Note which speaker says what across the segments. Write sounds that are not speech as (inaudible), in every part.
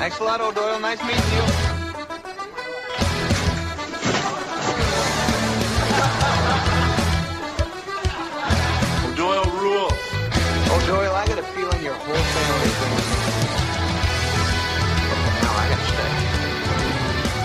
Speaker 1: Thanks a lot, O'Doyle. Nice meeting you.
Speaker 2: Doyle rules.
Speaker 1: O'Doyle, I got a feeling your whole family is going to... Now I gotta stay.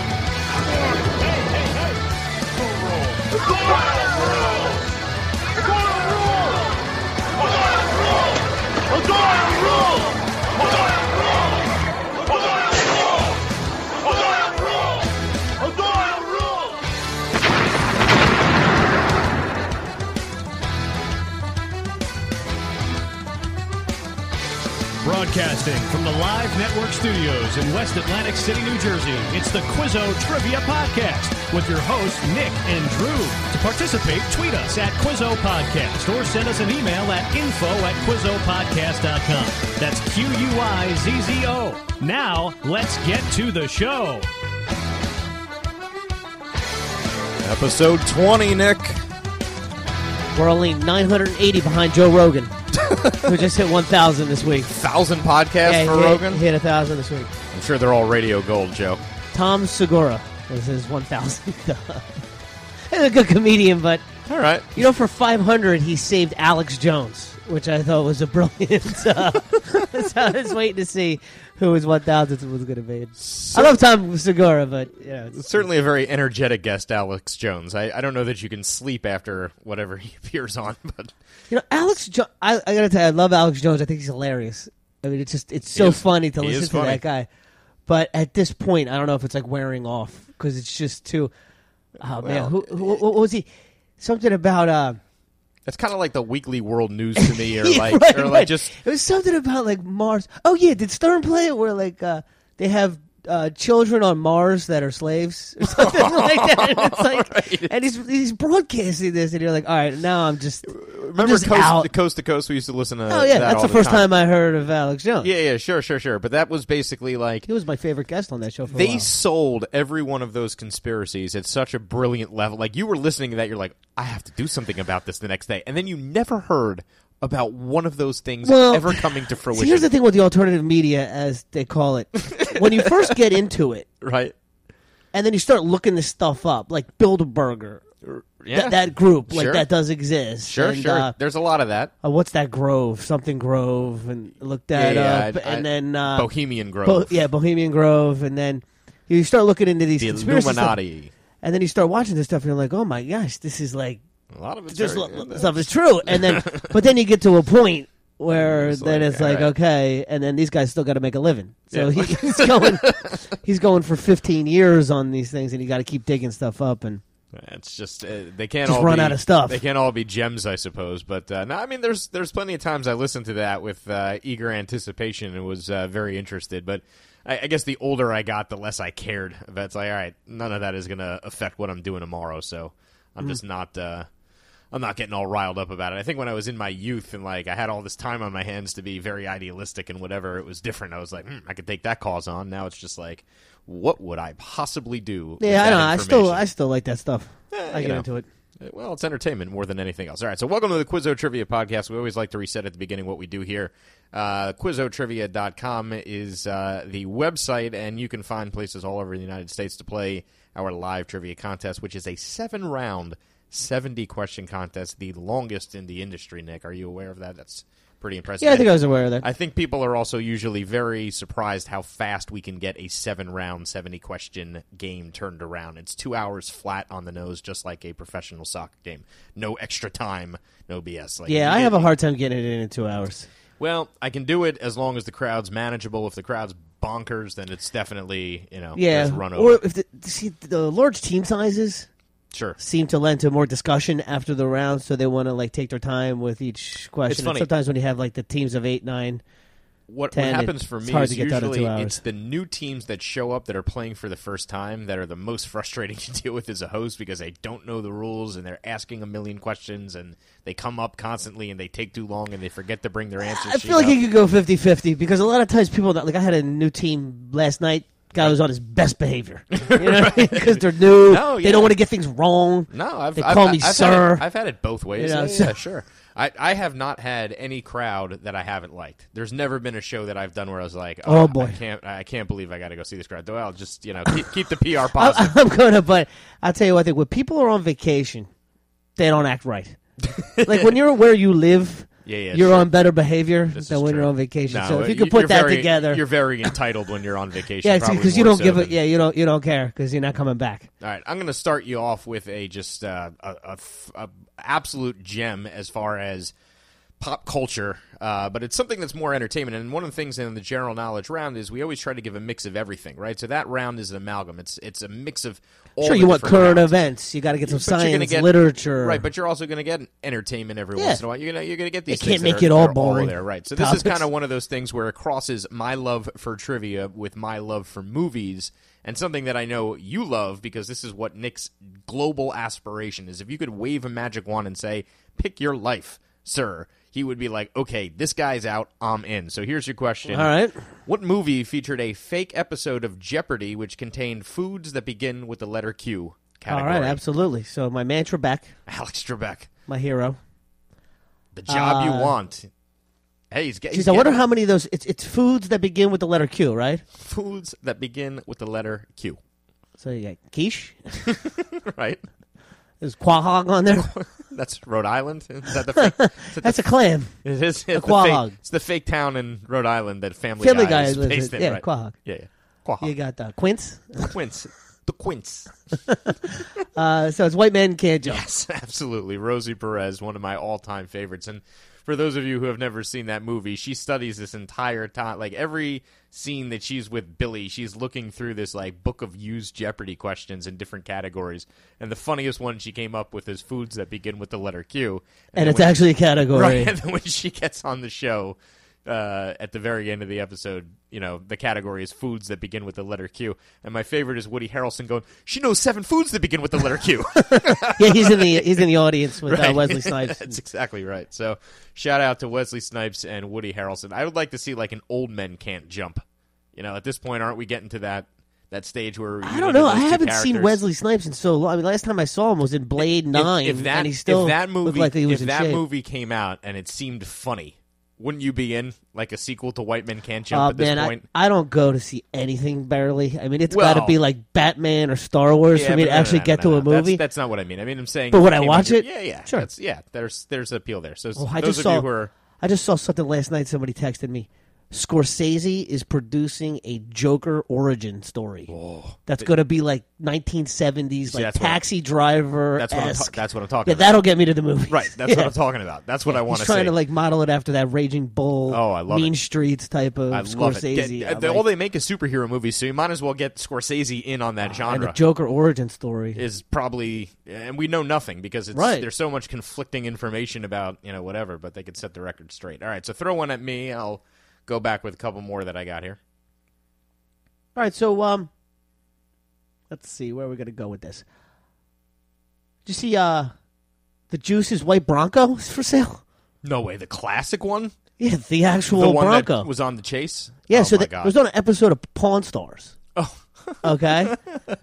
Speaker 3: Broadcasting from the Live Network Studios in West Atlantic City, New Jersey, it's the Quizzo Trivia Podcast with your hosts, Nick and Drew. To participate, tweet us at Quizzo Podcast or send us an email at info at QuizzoPodcast.com. That's Q U I Z Z O. Now, let's get to the show.
Speaker 4: Episode 20, Nick.
Speaker 5: We're only 980 behind Joe Rogan, who just hit 1,000 this week.
Speaker 4: Thousand podcasts
Speaker 5: Yeah, he
Speaker 4: for
Speaker 5: hit,
Speaker 4: Rogan.
Speaker 5: he hit 1,000 this week.
Speaker 4: I'm sure they're all radio gold, Joe.
Speaker 5: Tom Segura was his 1,000. (laughs) He's a good comedian, but
Speaker 4: All right.
Speaker 5: you know, for 500, he saved Alex Jones, which I thought was a brilliant. (laughs) Uh, so I was waiting to see who his 1,000th was going to be. I love Tom Segura, but you know, it's,
Speaker 4: Certainly a very energetic guest, Alex Jones. I, I don't know that you can sleep after whatever (laughs) he appears on, but
Speaker 5: you know, Alex. Jo- I, I gotta tell you, I love Alex Jones. I think he's hilarious. I mean, it's just it's so
Speaker 4: is-
Speaker 5: funny to
Speaker 4: he is
Speaker 5: listen to
Speaker 4: funny.
Speaker 5: that guy. But at this point, I don't know if it's like wearing off because it's just too. Oh man, who, who, what was he? Something about uh, (laughs)
Speaker 4: that's kind of like the weekly world news to me, or
Speaker 5: Yeah,
Speaker 4: like,
Speaker 5: (laughs) right,
Speaker 4: or like
Speaker 5: right.
Speaker 4: just
Speaker 5: it was something about like Mars. Oh yeah, did Stern play it where like uh, they have uh, children on Mars that are slaves or (laughs) something like that?
Speaker 4: (laughs)
Speaker 5: And it's like, and he's he's broadcasting this, and you're like, all right, now I'm just I'm
Speaker 4: remember
Speaker 5: just
Speaker 4: coast,
Speaker 5: out.
Speaker 4: coast to coast. We used to listen to.
Speaker 5: Oh yeah,
Speaker 4: Uh, that
Speaker 5: that's
Speaker 4: all
Speaker 5: the first
Speaker 4: time.
Speaker 5: time I heard of Alex Jones.
Speaker 4: Yeah, yeah, sure, sure, sure. But that was basically like
Speaker 5: He was my favorite guest on that show for a
Speaker 4: they
Speaker 5: while.
Speaker 4: sold every one of those conspiracies at such a brilliant level. Like you were listening to that, you're like, I have to do something about this the next day, and then you never heard about one of those things
Speaker 5: Well,
Speaker 4: ever coming to
Speaker 5: See, here's
Speaker 4: fruition.
Speaker 5: the thing with the alternative media, as they
Speaker 4: (laughs)
Speaker 5: call it. when you first get into it,
Speaker 4: right?
Speaker 5: and then you start looking this stuff up, like Bilderberger,
Speaker 4: Yeah.
Speaker 5: that, that group, like
Speaker 4: Sure.
Speaker 5: that does exist.
Speaker 4: Sure,
Speaker 5: And,
Speaker 4: sure.
Speaker 5: uh,
Speaker 4: There's a lot of that.
Speaker 5: uh, what's that Grove? Something Grove, and look that
Speaker 4: Yeah, yeah,
Speaker 5: up,
Speaker 4: I-
Speaker 5: and
Speaker 4: I-
Speaker 5: then uh,
Speaker 4: Bohemian Grove,
Speaker 5: Bo- yeah, Bohemian Grove, and then you start looking into these
Speaker 4: the
Speaker 5: conspiracy stuff,
Speaker 4: Illuminati.
Speaker 5: and then you start watching this stuff, and you're like, oh my gosh, this is like
Speaker 4: A lot of it's
Speaker 5: just
Speaker 4: very-
Speaker 5: lo- stuff is true, and
Speaker 4: (laughs)
Speaker 5: then but then you get to a point where
Speaker 4: It's
Speaker 5: then
Speaker 4: like,
Speaker 5: it's like
Speaker 4: all right.
Speaker 5: okay, and then these guys still got to make a living, so
Speaker 4: Yeah. (laughs)
Speaker 5: he, he's going he's going for fifteen years on these things, and you got to keep digging stuff up, and
Speaker 4: It's just uh, they can't
Speaker 5: Just
Speaker 4: all
Speaker 5: run
Speaker 4: be-
Speaker 5: out of stuff.
Speaker 4: They can't all be gems, I suppose. But uh, no, I mean, there's there's plenty of times I listened to that with uh, eager anticipation and was uh, very interested. But I, I guess the older I got, the less I cared. That's like, all right, none of that is going to affect what I'm doing tomorrow. So
Speaker 5: Mm-hmm.
Speaker 4: I'm just not. Uh, I'm not getting all riled up about it. I think when I was in my youth and like I had all this time on my hands to be very idealistic and whatever, it was different. I was like, hmm, I could take that cause on. Now it's just like, what would I possibly do? with
Speaker 5: yeah,
Speaker 4: that
Speaker 5: I don't know, I still
Speaker 4: information?
Speaker 5: I still like that stuff. I
Speaker 4: you
Speaker 5: get
Speaker 4: know.
Speaker 5: into it.
Speaker 4: Uh, Well, it's entertainment more than anything else. All right, so welcome to the Quizzo Trivia Podcast. We always like to reset at the beginning what we do here. Uh, QuizzoTrivia.com is uh, the website, and you can find places all over the United States to play our live trivia contest, which is a seven round, 70 question contest, the longest in the industry, Nick. Are you aware of that? That's pretty impressive.
Speaker 5: Yeah, I think I was aware of that.
Speaker 4: I think people are also usually very surprised how fast we can get a seven round, 70 question game turned around. It's two hours flat on the nose, just like a professional soccer game. No extra time, no BS. Like,
Speaker 5: yeah,
Speaker 4: you
Speaker 5: I
Speaker 4: get-
Speaker 5: have a hard time getting it in in two hours.
Speaker 4: Well, I can do it as long as the crowd's manageable. If the crowd's bonkers, then it's definitely, you know,
Speaker 5: Yeah,
Speaker 4: just run over.
Speaker 5: or if the, see the large team sizes
Speaker 4: sure.
Speaker 5: seem to lend to more discussion after the round, so they want to like take their time with each question.
Speaker 4: It's
Speaker 5: And
Speaker 4: funny.
Speaker 5: sometimes when you have like the teams of eight, nine,
Speaker 4: what, what
Speaker 5: 10,
Speaker 4: happens for
Speaker 5: it's
Speaker 4: me
Speaker 5: hard
Speaker 4: is
Speaker 5: to get done in
Speaker 4: usually
Speaker 5: two hours.
Speaker 4: it's the new teams that show up that are playing for the first time that are the most (laughs) frustrating to deal with as a host because they don't know the rules and they're asking a million questions and they come up constantly and they take too long and they forget to bring their answers.
Speaker 5: I feel like you could go 50-50 because a lot of times people that like I had a new team last night. Guy was on his best behavior,
Speaker 4: (laughs)
Speaker 5: you know, because they're new.
Speaker 4: No,
Speaker 5: They
Speaker 4: yeah.
Speaker 5: don't want to get things wrong.
Speaker 4: no, I've,
Speaker 5: they
Speaker 4: I've,
Speaker 5: call me
Speaker 4: I've had
Speaker 5: sir.
Speaker 4: it- I've had it both ways.
Speaker 5: You know,
Speaker 4: yeah,
Speaker 5: so-
Speaker 4: yeah, sure. I, I have not had any crowd that I haven't liked. There's never been a show that I've done where I was like,
Speaker 5: Oh,
Speaker 4: I-
Speaker 5: boy.
Speaker 4: I can't I can't believe I got to go see this crowd. Though I'll just you know keep, keep the PR
Speaker 5: (laughs) I,
Speaker 4: positive.
Speaker 5: I'm gonna, but I'll tell you what. I think when people are on vacation, they don't
Speaker 4: (laughs)
Speaker 5: act right. like when you're where you live,
Speaker 4: Yeah, yeah,
Speaker 5: you're
Speaker 4: sure.
Speaker 5: on better behavior
Speaker 4: This
Speaker 5: than
Speaker 4: is
Speaker 5: when
Speaker 4: true.
Speaker 5: you're on vacation.
Speaker 4: No,
Speaker 5: so if you
Speaker 4: uh,
Speaker 5: could put
Speaker 4: you're
Speaker 5: that
Speaker 4: very-
Speaker 5: together,
Speaker 4: you're very entitled when you're on vacation.
Speaker 5: yeah,
Speaker 4: probably
Speaker 5: because you
Speaker 4: more
Speaker 5: don't
Speaker 4: so
Speaker 5: give a
Speaker 4: than-
Speaker 5: yeah, you don't you don't care because you're not coming back.
Speaker 4: All right, I'm going to start you off with a just uh, a, a f- a absolute gem as far as pop culture, uh, but it's something that's more entertainment. And one of the things in the general knowledge round is we always try to give a mix of everything, right? So that round is an amalgam. It's it's a mix of all
Speaker 5: Sure,
Speaker 4: the
Speaker 5: you want
Speaker 4: different
Speaker 5: current
Speaker 4: rounds.
Speaker 5: events. You got to get some
Speaker 4: But you're gonna
Speaker 5: science,
Speaker 4: get-
Speaker 5: literature.
Speaker 4: right? But you're also going to get entertainment every
Speaker 5: Yeah.
Speaker 4: once in a while. You're gonna you're gonna get these.
Speaker 5: They
Speaker 4: things
Speaker 5: can't
Speaker 4: that
Speaker 5: make
Speaker 4: are-
Speaker 5: it all
Speaker 4: are
Speaker 5: boring
Speaker 4: there, right? So this is
Speaker 5: topics.
Speaker 4: kind of one of those things where it crosses my love for trivia with my love for movies, and something that I know you love because this is what Nick's global aspiration is. If you could wave a magic wand and say, "Pick your life, sir." He would be like, okay, this guy's out, I'm in. So here's your question.
Speaker 5: All right.
Speaker 4: What movie featured a fake episode of Jeopardy which contained foods that begin with the letter Q
Speaker 5: all
Speaker 4: category?
Speaker 5: right, absolutely. So my mantra back,
Speaker 4: (laughs) Alex Trebek.
Speaker 5: my hero.
Speaker 4: The job you want. Hey, he's, get, he's
Speaker 5: Jeez, Uh, I wonder
Speaker 4: getting
Speaker 5: how many of those. It's it's foods that begin with the letter Q, right?
Speaker 4: foods that begin with the letter Q. (laughs)
Speaker 5: So you got quiche.
Speaker 4: Right?
Speaker 5: There's quahog
Speaker 4: (laughs)
Speaker 5: on there.
Speaker 4: That's Rhode Island. Is that the fake? is that
Speaker 5: (laughs) That's
Speaker 4: the,
Speaker 5: a clam.
Speaker 4: it is, it's, the
Speaker 5: quahog.
Speaker 4: fake, it's the fake town in Rhode Island that Family,
Speaker 5: Family Guy
Speaker 4: Guy, is
Speaker 5: lives in-
Speaker 4: based in.
Speaker 5: yeah,
Speaker 4: right?
Speaker 5: quahog.
Speaker 4: Yeah, yeah. Quahog.
Speaker 5: You got the quince.
Speaker 4: the quince. The quince.
Speaker 5: Uh, so it's white man can't jump.
Speaker 4: Yes, (laughs) absolutely. Rosie Perez, one of my all-time favorites. And for those of you who have never seen that movie, she studies this entire time. Like every scene that she's with Billy, she's looking through this like book of used Jeopardy questions in different categories. And the funniest one she came up with is foods that begin with the letter Q.
Speaker 5: And
Speaker 4: then
Speaker 5: it's
Speaker 4: when-
Speaker 5: actually a
Speaker 4: (laughs)
Speaker 5: category.
Speaker 4: right. And then when she gets on the show. Uh, at the very end of the episode, you know the category is foods that begin with the letter Q, and my favorite is Woody Harrelson going, "She knows seven foods that begin with the letter
Speaker 5: (laughs)
Speaker 4: Q."
Speaker 5: (laughs) Yeah, he's in the he's in the audience with uh,
Speaker 4: Right. (laughs)
Speaker 5: Wesley Snipes.
Speaker 4: That's exactly right. So shout out to Wesley Snipes and Woody Harrelson. I would like to see like an old men can't jump. You know, at this point, aren't we getting to that that stage where
Speaker 5: I don't know. I haven't seen Wesley Snipes in so long. I mean, last time I saw him was in Blade Nine,
Speaker 4: If, that
Speaker 5: and he still
Speaker 4: if that
Speaker 5: looked
Speaker 4: movie
Speaker 5: like he was
Speaker 4: if
Speaker 5: in
Speaker 4: that
Speaker 5: shape.
Speaker 4: movie came out and it seemed funny, wouldn't you be in like a sequel to White Men Can't Jump
Speaker 5: Oh
Speaker 4: at this
Speaker 5: man,
Speaker 4: point?
Speaker 5: I, I don't go to see anything barely. I mean, it's got to
Speaker 4: Well-
Speaker 5: be like Batman or Star Wars for
Speaker 4: Yeah,
Speaker 5: me
Speaker 4: but
Speaker 5: to
Speaker 4: no, no,
Speaker 5: actually
Speaker 4: no,
Speaker 5: get
Speaker 4: no,
Speaker 5: to
Speaker 4: no.
Speaker 5: a movie.
Speaker 4: That's, that's not what I mean. I mean, I'm saying.
Speaker 5: But
Speaker 4: if
Speaker 5: would
Speaker 4: it
Speaker 5: I
Speaker 4: came
Speaker 5: watch
Speaker 4: out-
Speaker 5: it?
Speaker 4: Yeah, yeah,
Speaker 5: Sure.
Speaker 4: that's- yeah. There's there's appeal there. So
Speaker 5: Oh, I
Speaker 4: those
Speaker 5: just
Speaker 4: of
Speaker 5: saw.
Speaker 4: you who are
Speaker 5: I just saw something last night. Somebody texted me. Scorsese is producing a Joker origin story. that's going to be like 1970s, like
Speaker 4: Oh. that's what-
Speaker 5: Taxi Driver.
Speaker 4: that's what I'm ta- that's what I'm talking
Speaker 5: Yeah,
Speaker 4: about.
Speaker 5: that'll get me to the movie.
Speaker 4: right.
Speaker 5: (laughs)
Speaker 4: That's what I'm talking about. That's what I want
Speaker 5: He's
Speaker 4: see.
Speaker 5: trying to like model it after that Raging Bull.
Speaker 4: Oh, I love
Speaker 5: Mean
Speaker 4: it.
Speaker 5: Streets type of
Speaker 4: I love it.
Speaker 5: Scorsese.
Speaker 4: Get-
Speaker 5: I'm
Speaker 4: they-
Speaker 5: like,
Speaker 4: all they make is superhero movies, so you might as well get Scorsese in on that
Speaker 5: Ah, and the
Speaker 4: genre.
Speaker 5: Joker origin story.
Speaker 4: is probably, and we know nothing because it's,
Speaker 5: Right.
Speaker 4: there's so much conflicting information about you know whatever. But they could set the record straight. All right, so throw one at me. I'll go back with a couple more that I got here.
Speaker 5: All right, so um, let's see where we're gonna go with this. Did you see uh, the Juice's white Bronco (laughs) is for sale?
Speaker 4: No way, the classic one,
Speaker 5: Yeah, the actual
Speaker 4: the one
Speaker 5: Bronco.
Speaker 4: that was on the chase.
Speaker 5: yeah,
Speaker 4: oh
Speaker 5: so
Speaker 4: my
Speaker 5: the, it
Speaker 4: God.
Speaker 5: was on an episode of Pawn Stars.
Speaker 4: Oh, (laughs)
Speaker 5: Okay,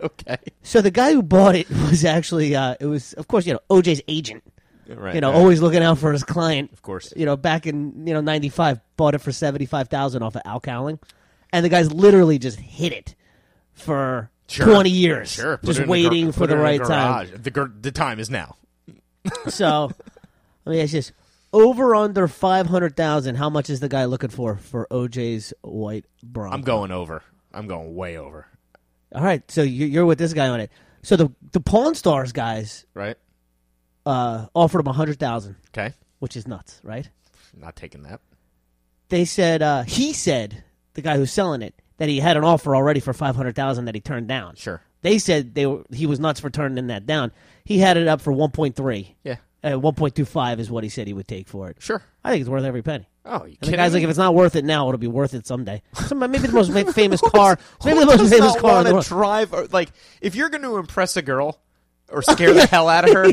Speaker 4: okay,
Speaker 5: so the guy who bought it (laughs) was actually uh, it was of course you know OJ's agent.
Speaker 4: right.
Speaker 5: You know, oh,
Speaker 4: right.
Speaker 5: always looking out for his client. Of
Speaker 4: course.
Speaker 5: You know, back in you know '95, bought it for seventy five thousand off of Al Cowling, and the guys literally just hit it for
Speaker 4: Sure.
Speaker 5: twenty years,
Speaker 4: Sure, put
Speaker 5: just
Speaker 4: it in a gar-
Speaker 5: waiting for
Speaker 4: put it
Speaker 5: the
Speaker 4: in a
Speaker 5: right time.
Speaker 4: garage. The, gar- the time is now.
Speaker 5: (laughs) So, I mean, it's just over under five hundred thousand. How much is the guy looking for for OJ's white Bronco?
Speaker 4: I'm going over. I'm going way over.
Speaker 5: All right, so you- you're with this guy on it. So the the Pawn Stars guys
Speaker 4: Right?
Speaker 5: uh, offered him a hundred thousand,
Speaker 4: Okay.
Speaker 5: which is nuts, right?
Speaker 4: Not taking that.
Speaker 5: They said uh, he said the guy who's selling it that he had an offer already for five hundred thousand that he turned down.
Speaker 4: Sure.
Speaker 5: They said they were he was nuts for turning that down. He had it up for one point three.
Speaker 4: Yeah.
Speaker 5: Uh, one point two five is what he said he would take for it.
Speaker 4: Sure.
Speaker 5: I think it's worth every penny.
Speaker 4: Oh, you
Speaker 5: And the
Speaker 4: kidding
Speaker 5: guy's
Speaker 4: me?
Speaker 5: like, if it's not worth it now, it'll be worth it someday. Some, maybe
Speaker 4: (laughs)
Speaker 5: the most fa- famous
Speaker 4: Who
Speaker 5: car,
Speaker 4: does- who
Speaker 5: maybe the most
Speaker 4: does
Speaker 5: famous
Speaker 4: not
Speaker 5: car in
Speaker 4: wanna
Speaker 5: the world.
Speaker 4: drive or- like if you're going to impress a girl
Speaker 5: (laughs)
Speaker 4: or scare the hell out of her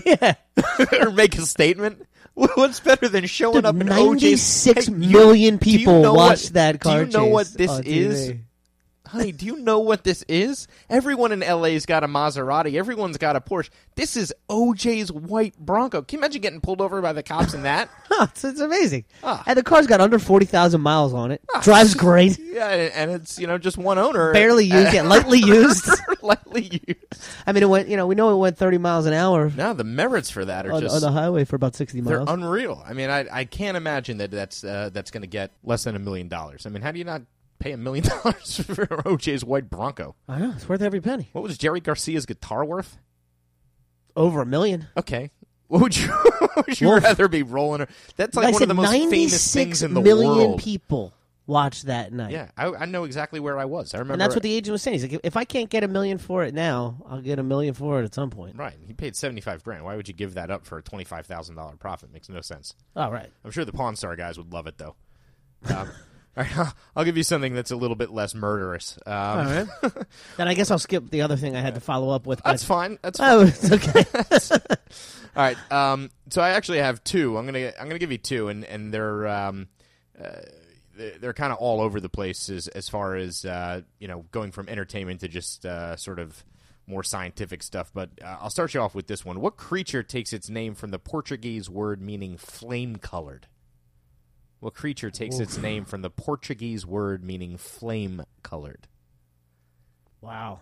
Speaker 4: (laughs) or make a statement. (laughs) wh- What's better than showing
Speaker 5: Dude,
Speaker 4: up in
Speaker 5: 96
Speaker 4: 96
Speaker 5: million people watched
Speaker 4: what,
Speaker 5: that car
Speaker 4: Do you know what
Speaker 5: chase
Speaker 4: this
Speaker 5: on
Speaker 4: is?
Speaker 5: TV.
Speaker 4: (laughs) honey, do you know what this is? Everyone in LA's got a Maserati. Everyone's got a Porsche. This is OJ's white Bronco. Can you imagine getting pulled over by the cops in
Speaker 5: (laughs)
Speaker 4: that?
Speaker 5: it's, it's amazing.
Speaker 4: Ah.
Speaker 5: And the car's got under 40,000 miles on it.
Speaker 4: (laughs)
Speaker 5: Drives great.
Speaker 4: yeah, and and it's you know just one owner, (laughs)
Speaker 5: Barely used yet. (laughs) Lightly used.
Speaker 4: lightly used.
Speaker 5: I mean, it went, you know, we know it went 30 miles an hour
Speaker 4: Now the merits for that are
Speaker 5: on,
Speaker 4: just
Speaker 5: on Oh, the highway for about 60
Speaker 4: They're
Speaker 5: miles.
Speaker 4: unreal. I mean, I, I can't imagine that that's uh, that's going to get less than a million dollars. I mean, how do you not pay a million (laughs) dollars for OJ's white Bronco?
Speaker 5: I know. It's worth every penny.
Speaker 4: What was Jerry Garcia's guitar worth?
Speaker 5: Over a million.
Speaker 4: Okay, (laughs) what would you what would you
Speaker 5: Wolf.
Speaker 4: rather be rolling? Or, that's like
Speaker 5: Like
Speaker 4: one
Speaker 5: I
Speaker 4: of
Speaker 5: said,
Speaker 4: the most famous
Speaker 5: 96
Speaker 4: things in the
Speaker 5: million
Speaker 4: world.
Speaker 5: people watched that night.
Speaker 4: Yeah, I, I know exactly where I was. I remember.
Speaker 5: And that's what the agent was saying. He's like, if I can't get a million for it now, I'll get a million for it at some point.
Speaker 4: right. He paid seventy five grand. Why would you give that up for a twenty five thousand dollar profit? Makes no sense.
Speaker 5: All right.
Speaker 4: I'm sure the Pawn Star guys would love it though. Um, (laughs) all right, I'll give you something that's a little bit less murderous. Um,
Speaker 5: (laughs) Then I guess I'll skip the other thing I had to follow up with. but- (laughs)
Speaker 4: That's fine. That's fine.
Speaker 5: Oh, it's okay.
Speaker 4: All right. Um, so I actually have two. I'm gonna I'm gonna give you two, and and they're um, uh, they're, they're kind of all over the place as as far as uh, you know going from entertainment to just uh, sort of more scientific stuff. But uh, I'll start you off with this one. What creature takes its name from the Portuguese word meaning flame colored? What creature takes its name from the Portuguese word meaning flame colored?
Speaker 5: wow.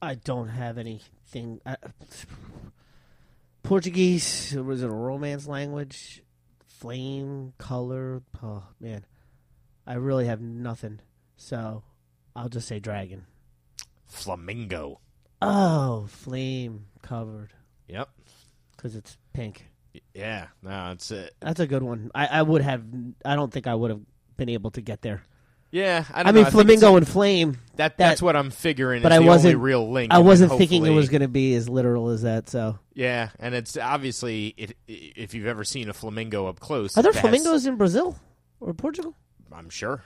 Speaker 5: I don't have anything. I, Portuguese was it a romance language? Flame color. Oh man, I really have nothing. So I'll just say dragon.
Speaker 4: Flamingo.
Speaker 5: Oh, flame covered
Speaker 4: Yep.
Speaker 5: because it's pink.
Speaker 4: Yeah. No, it's a,
Speaker 5: That's a good one. I, I would have. I don't think I would have been able to get there.
Speaker 4: yeah. I, don't
Speaker 5: I
Speaker 4: know.
Speaker 5: mean,
Speaker 4: think it's a-
Speaker 5: flamingo and flame.
Speaker 4: That,
Speaker 5: That-
Speaker 4: that's what I'm figuring.
Speaker 5: but
Speaker 4: is
Speaker 5: I
Speaker 4: the
Speaker 5: wasn't-
Speaker 4: only real link.
Speaker 5: I
Speaker 4: and then
Speaker 5: wasn't thinking it
Speaker 4: hopefully-
Speaker 5: was going to be as literal as that. So,
Speaker 4: Yeah, and it's obviously it, if you've ever seen a flamingo up close.
Speaker 5: are there
Speaker 4: that's-
Speaker 5: flamingos in Brazil or Portugal?
Speaker 4: I'm sure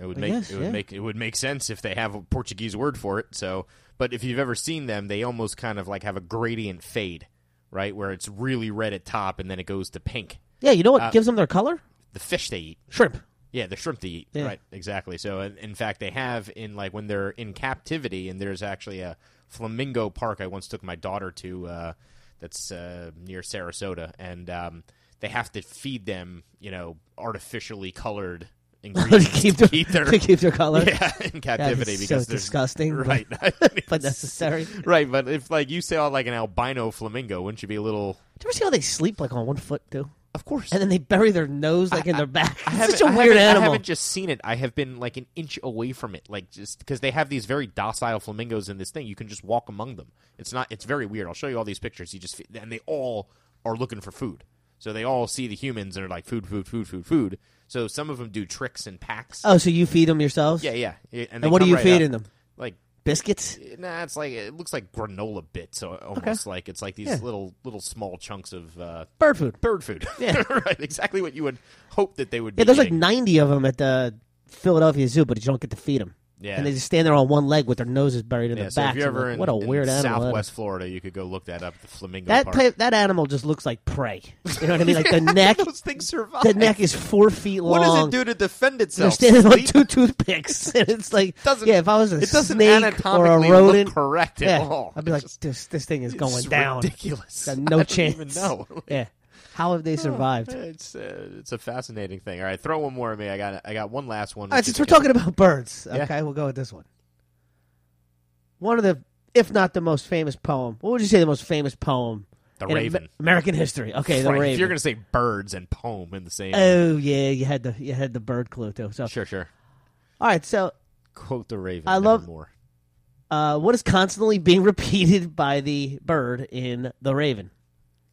Speaker 4: it would
Speaker 5: I
Speaker 4: make
Speaker 5: guess,
Speaker 4: it would
Speaker 5: yeah.
Speaker 4: make it would make sense if they have a Portuguese word for it. So, but if you've ever seen them, they almost kind of like have a gradient fade, right, where it's really red at top and then it goes to pink.
Speaker 5: Yeah, you know what gives them their color?
Speaker 4: The fish they eat.
Speaker 5: (laughs) Shrimp.
Speaker 4: Yeah, the Uh, shrimp they eat.
Speaker 5: Yeah.
Speaker 4: Right, exactly. So, in, in fact, they have in like when they're in captivity, and there's actually a flamingo park I once took my daughter to uh, that's uh, near Sarasota, and um, they have to feed them, you know, artificially
Speaker 5: (laughs)
Speaker 4: colored
Speaker 5: to
Speaker 4: ingredients
Speaker 5: keep
Speaker 4: to
Speaker 5: their,
Speaker 4: keep
Speaker 5: (laughs)
Speaker 4: their
Speaker 5: to keep their color.
Speaker 4: (laughs) yeah in captivity
Speaker 5: so
Speaker 4: because they're
Speaker 5: disgusting, but-
Speaker 4: right?
Speaker 5: (laughs)
Speaker 4: (laughs)
Speaker 5: But necessary. Did you
Speaker 4: right, but if like you saw like an albino flamingo, wouldn't you be a little?
Speaker 5: ever see how they sleep like on one foot too,
Speaker 4: Of course.
Speaker 5: and then they bury their nose like in their back?
Speaker 4: I
Speaker 5: It's such
Speaker 4: haven't-
Speaker 5: a
Speaker 4: I haven't-
Speaker 5: weird
Speaker 4: I
Speaker 5: animal.
Speaker 4: haven't just seen it. I have been like an inch away from it, like just because they have these very docile flamingos in this thing. You can just walk among them. It's not. It's very weird. I'll show you all these pictures. You just and they all are looking for food. So they all see the humans and are like food, food, food, food, food. So some of them do tricks and packs.
Speaker 5: Oh, so you feed them yourselves?
Speaker 4: yeah, yeah. And, they
Speaker 5: And what are
Speaker 4: come
Speaker 5: you
Speaker 4: right
Speaker 5: feeding
Speaker 4: up.
Speaker 5: them?
Speaker 4: Like
Speaker 5: Biscuits.
Speaker 4: nah, it's like it looks like granola bits, so almost like it's like these
Speaker 5: Yeah.
Speaker 4: little little small chunks of uh,
Speaker 5: Bird food.
Speaker 4: bird food. Yeah, (laughs) right. Exactly what you would hope that they would. be
Speaker 5: Yeah, there's like
Speaker 4: eating.
Speaker 5: 90 of them at the Philadelphia Zoo, but you don't get to feed them.
Speaker 4: Yeah.
Speaker 5: And they just stand there on one leg with their noses buried in
Speaker 4: Yeah,
Speaker 5: their
Speaker 4: so if
Speaker 5: backs.
Speaker 4: you're
Speaker 5: I'm
Speaker 4: ever
Speaker 5: like,
Speaker 4: in,
Speaker 5: what a
Speaker 4: in
Speaker 5: weird animal. that
Speaker 4: Southwest Florida, you could go look that up. The flamingo
Speaker 5: That
Speaker 4: park.
Speaker 5: type, that animal just looks like prey. You know what I mean? Like the neck,
Speaker 4: (laughs) Those things survive.
Speaker 5: the neck is four feet long.
Speaker 4: What does it do to defend
Speaker 5: They're
Speaker 4: itself?
Speaker 5: standing on
Speaker 4: Sleep?
Speaker 5: two toothpicks, (laughs) and it's like,
Speaker 4: Doesn't-
Speaker 5: yeah, if I was a
Speaker 4: it doesn't
Speaker 5: snake or a
Speaker 4: anatomically
Speaker 5: rodent,
Speaker 4: look correct at
Speaker 5: yeah,
Speaker 4: all.
Speaker 5: I'd be
Speaker 4: It's
Speaker 5: like,
Speaker 4: just-
Speaker 5: this this thing is
Speaker 4: it's
Speaker 5: going
Speaker 4: just
Speaker 5: down.
Speaker 4: Ridiculous. (laughs)
Speaker 5: Got
Speaker 4: I
Speaker 5: no
Speaker 4: don't
Speaker 5: chance.
Speaker 4: Even know.
Speaker 5: (laughs)
Speaker 4: Oh,
Speaker 5: yeah, how have they
Speaker 4: (laughs)
Speaker 5: survived?
Speaker 4: It's uh, it's a fascinating thing. All right, throw one more at me. I got I got one last one.
Speaker 5: All right,
Speaker 4: which
Speaker 5: since
Speaker 4: is
Speaker 5: we're
Speaker 4: kinda-
Speaker 5: talking about birds,
Speaker 4: Yeah.
Speaker 5: okay, we'll go with this one. One of the, if not the most famous poem, what would you say the most famous poem?
Speaker 4: The
Speaker 5: in Am-
Speaker 4: Raven.
Speaker 5: American history. Okay, the
Speaker 4: Frank,
Speaker 5: Raven.
Speaker 4: If you're gonna say birds and poem in the same,
Speaker 5: oh yeah, you had the you had the bird clue too. So
Speaker 4: sure, sure.
Speaker 5: all right, so
Speaker 4: Quote the Raven.
Speaker 5: I love-
Speaker 4: more.
Speaker 5: uh, what is constantly being (laughs) repeated by the bird in the Raven?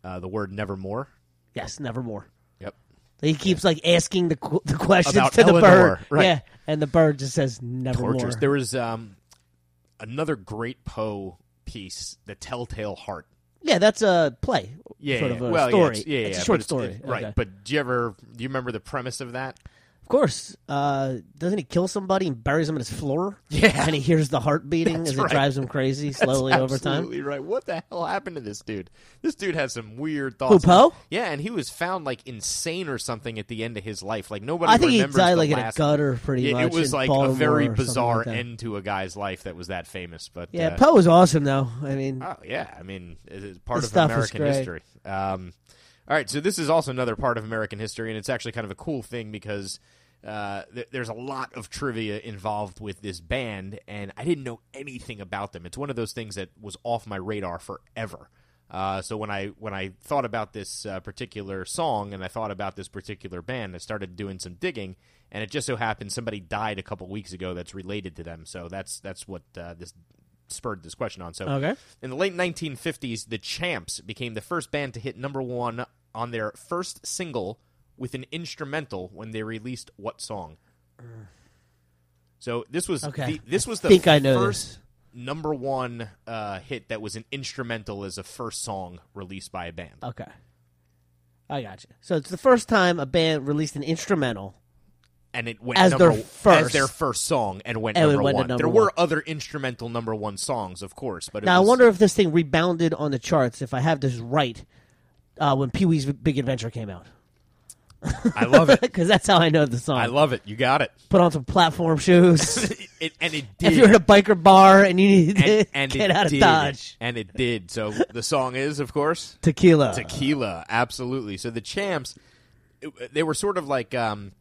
Speaker 4: Uh, the word nevermore.
Speaker 5: Yes, nevermore.
Speaker 4: Yep.
Speaker 5: He keeps like asking the qu- the questions
Speaker 4: About
Speaker 5: to the
Speaker 4: Eleanor,
Speaker 5: bird,
Speaker 4: right.
Speaker 5: yeah, and the bird just says nevermore.
Speaker 4: torturous. There was um, another great Poe piece, "The Telltale Heart."
Speaker 5: Yeah, that's a play,
Speaker 4: Yeah,
Speaker 5: sort of
Speaker 4: yeah.
Speaker 5: a
Speaker 4: well, yeah,
Speaker 5: story.
Speaker 4: it's, yeah, yeah,
Speaker 5: it's a
Speaker 4: but
Speaker 5: short
Speaker 4: it's-
Speaker 5: story,
Speaker 4: it- right?
Speaker 5: Okay.
Speaker 4: But do you ever do you remember the premise of that?
Speaker 5: of course. Uh, doesn't he kill somebody and buries him in his floor?
Speaker 4: Yeah.
Speaker 5: And he hears the heart beating as it
Speaker 4: right.
Speaker 5: drives him crazy slowly over time.
Speaker 4: Absolutely right. What the hell happened to this dude? This dude has some weird
Speaker 5: Who,
Speaker 4: thoughts.
Speaker 5: Poe?
Speaker 4: Yeah, and he was found like insane or something at the end of his life. Like nobody.
Speaker 5: I think he
Speaker 4: remembers
Speaker 5: died
Speaker 4: the
Speaker 5: like in a
Speaker 4: last...
Speaker 5: gutter, pretty
Speaker 4: Yeah,
Speaker 5: much.
Speaker 4: it was
Speaker 5: in
Speaker 4: like a
Speaker 5: Baltimore
Speaker 4: very
Speaker 5: or something
Speaker 4: bizarre
Speaker 5: like that.
Speaker 4: end to a guy's life that was that famous. But
Speaker 5: Yeah,
Speaker 4: uh,
Speaker 5: Poe was awesome though. I mean,
Speaker 4: Oh yeah, I mean, it- it's part
Speaker 5: Um, This
Speaker 4: of
Speaker 5: stuff is
Speaker 4: American
Speaker 5: great.
Speaker 4: history. Um, all right, so this is also another part of American history, and it's actually kind of a cool thing because uh, th- there's a lot of trivia involved with this band, and I didn't know anything about them. It's one of those things that was off my radar forever. Uh, so when I when I thought about this uh, particular song and I thought about this particular band, I started doing some digging, and it just so happened somebody died a couple weeks ago that's related to them. So that's that's what uh, this spurred this question on. So
Speaker 5: Okay.
Speaker 4: in the late 1950s, the Champs became the first band to hit number one on their first single with an instrumental when they released what song? So this was
Speaker 5: Okay.
Speaker 4: the, this was the
Speaker 5: think I know
Speaker 4: first number one uh, hit that was an instrumental as a first song released by a band.
Speaker 5: okay, I got you. So it's the first time a band released an instrumental.
Speaker 4: and it went
Speaker 5: As
Speaker 4: number,
Speaker 5: their first.
Speaker 4: as their first song and went
Speaker 5: And it
Speaker 4: number
Speaker 5: went to
Speaker 4: one.
Speaker 5: number
Speaker 4: there
Speaker 5: one.
Speaker 4: were other instrumental number one songs, of course, but it
Speaker 5: Now
Speaker 4: was,
Speaker 5: I wonder if this thing rebounded on the charts. If I have this right, uh, when Pee Wee's Big Adventure came out, (laughs)
Speaker 4: I love it.
Speaker 5: because that's how I know the song.
Speaker 4: I love it. You got it.
Speaker 5: Put on some platform shoes.
Speaker 4: (laughs) It- and it did.
Speaker 5: (laughs) if you're at a biker bar and you need to (laughs)
Speaker 4: and, and
Speaker 5: get
Speaker 4: it
Speaker 5: out of
Speaker 4: did.
Speaker 5: Dodge,
Speaker 4: And it did. So the song is, of course,
Speaker 5: tequila.
Speaker 4: Tequila. Absolutely. So the Champs, it- they were sort of like um,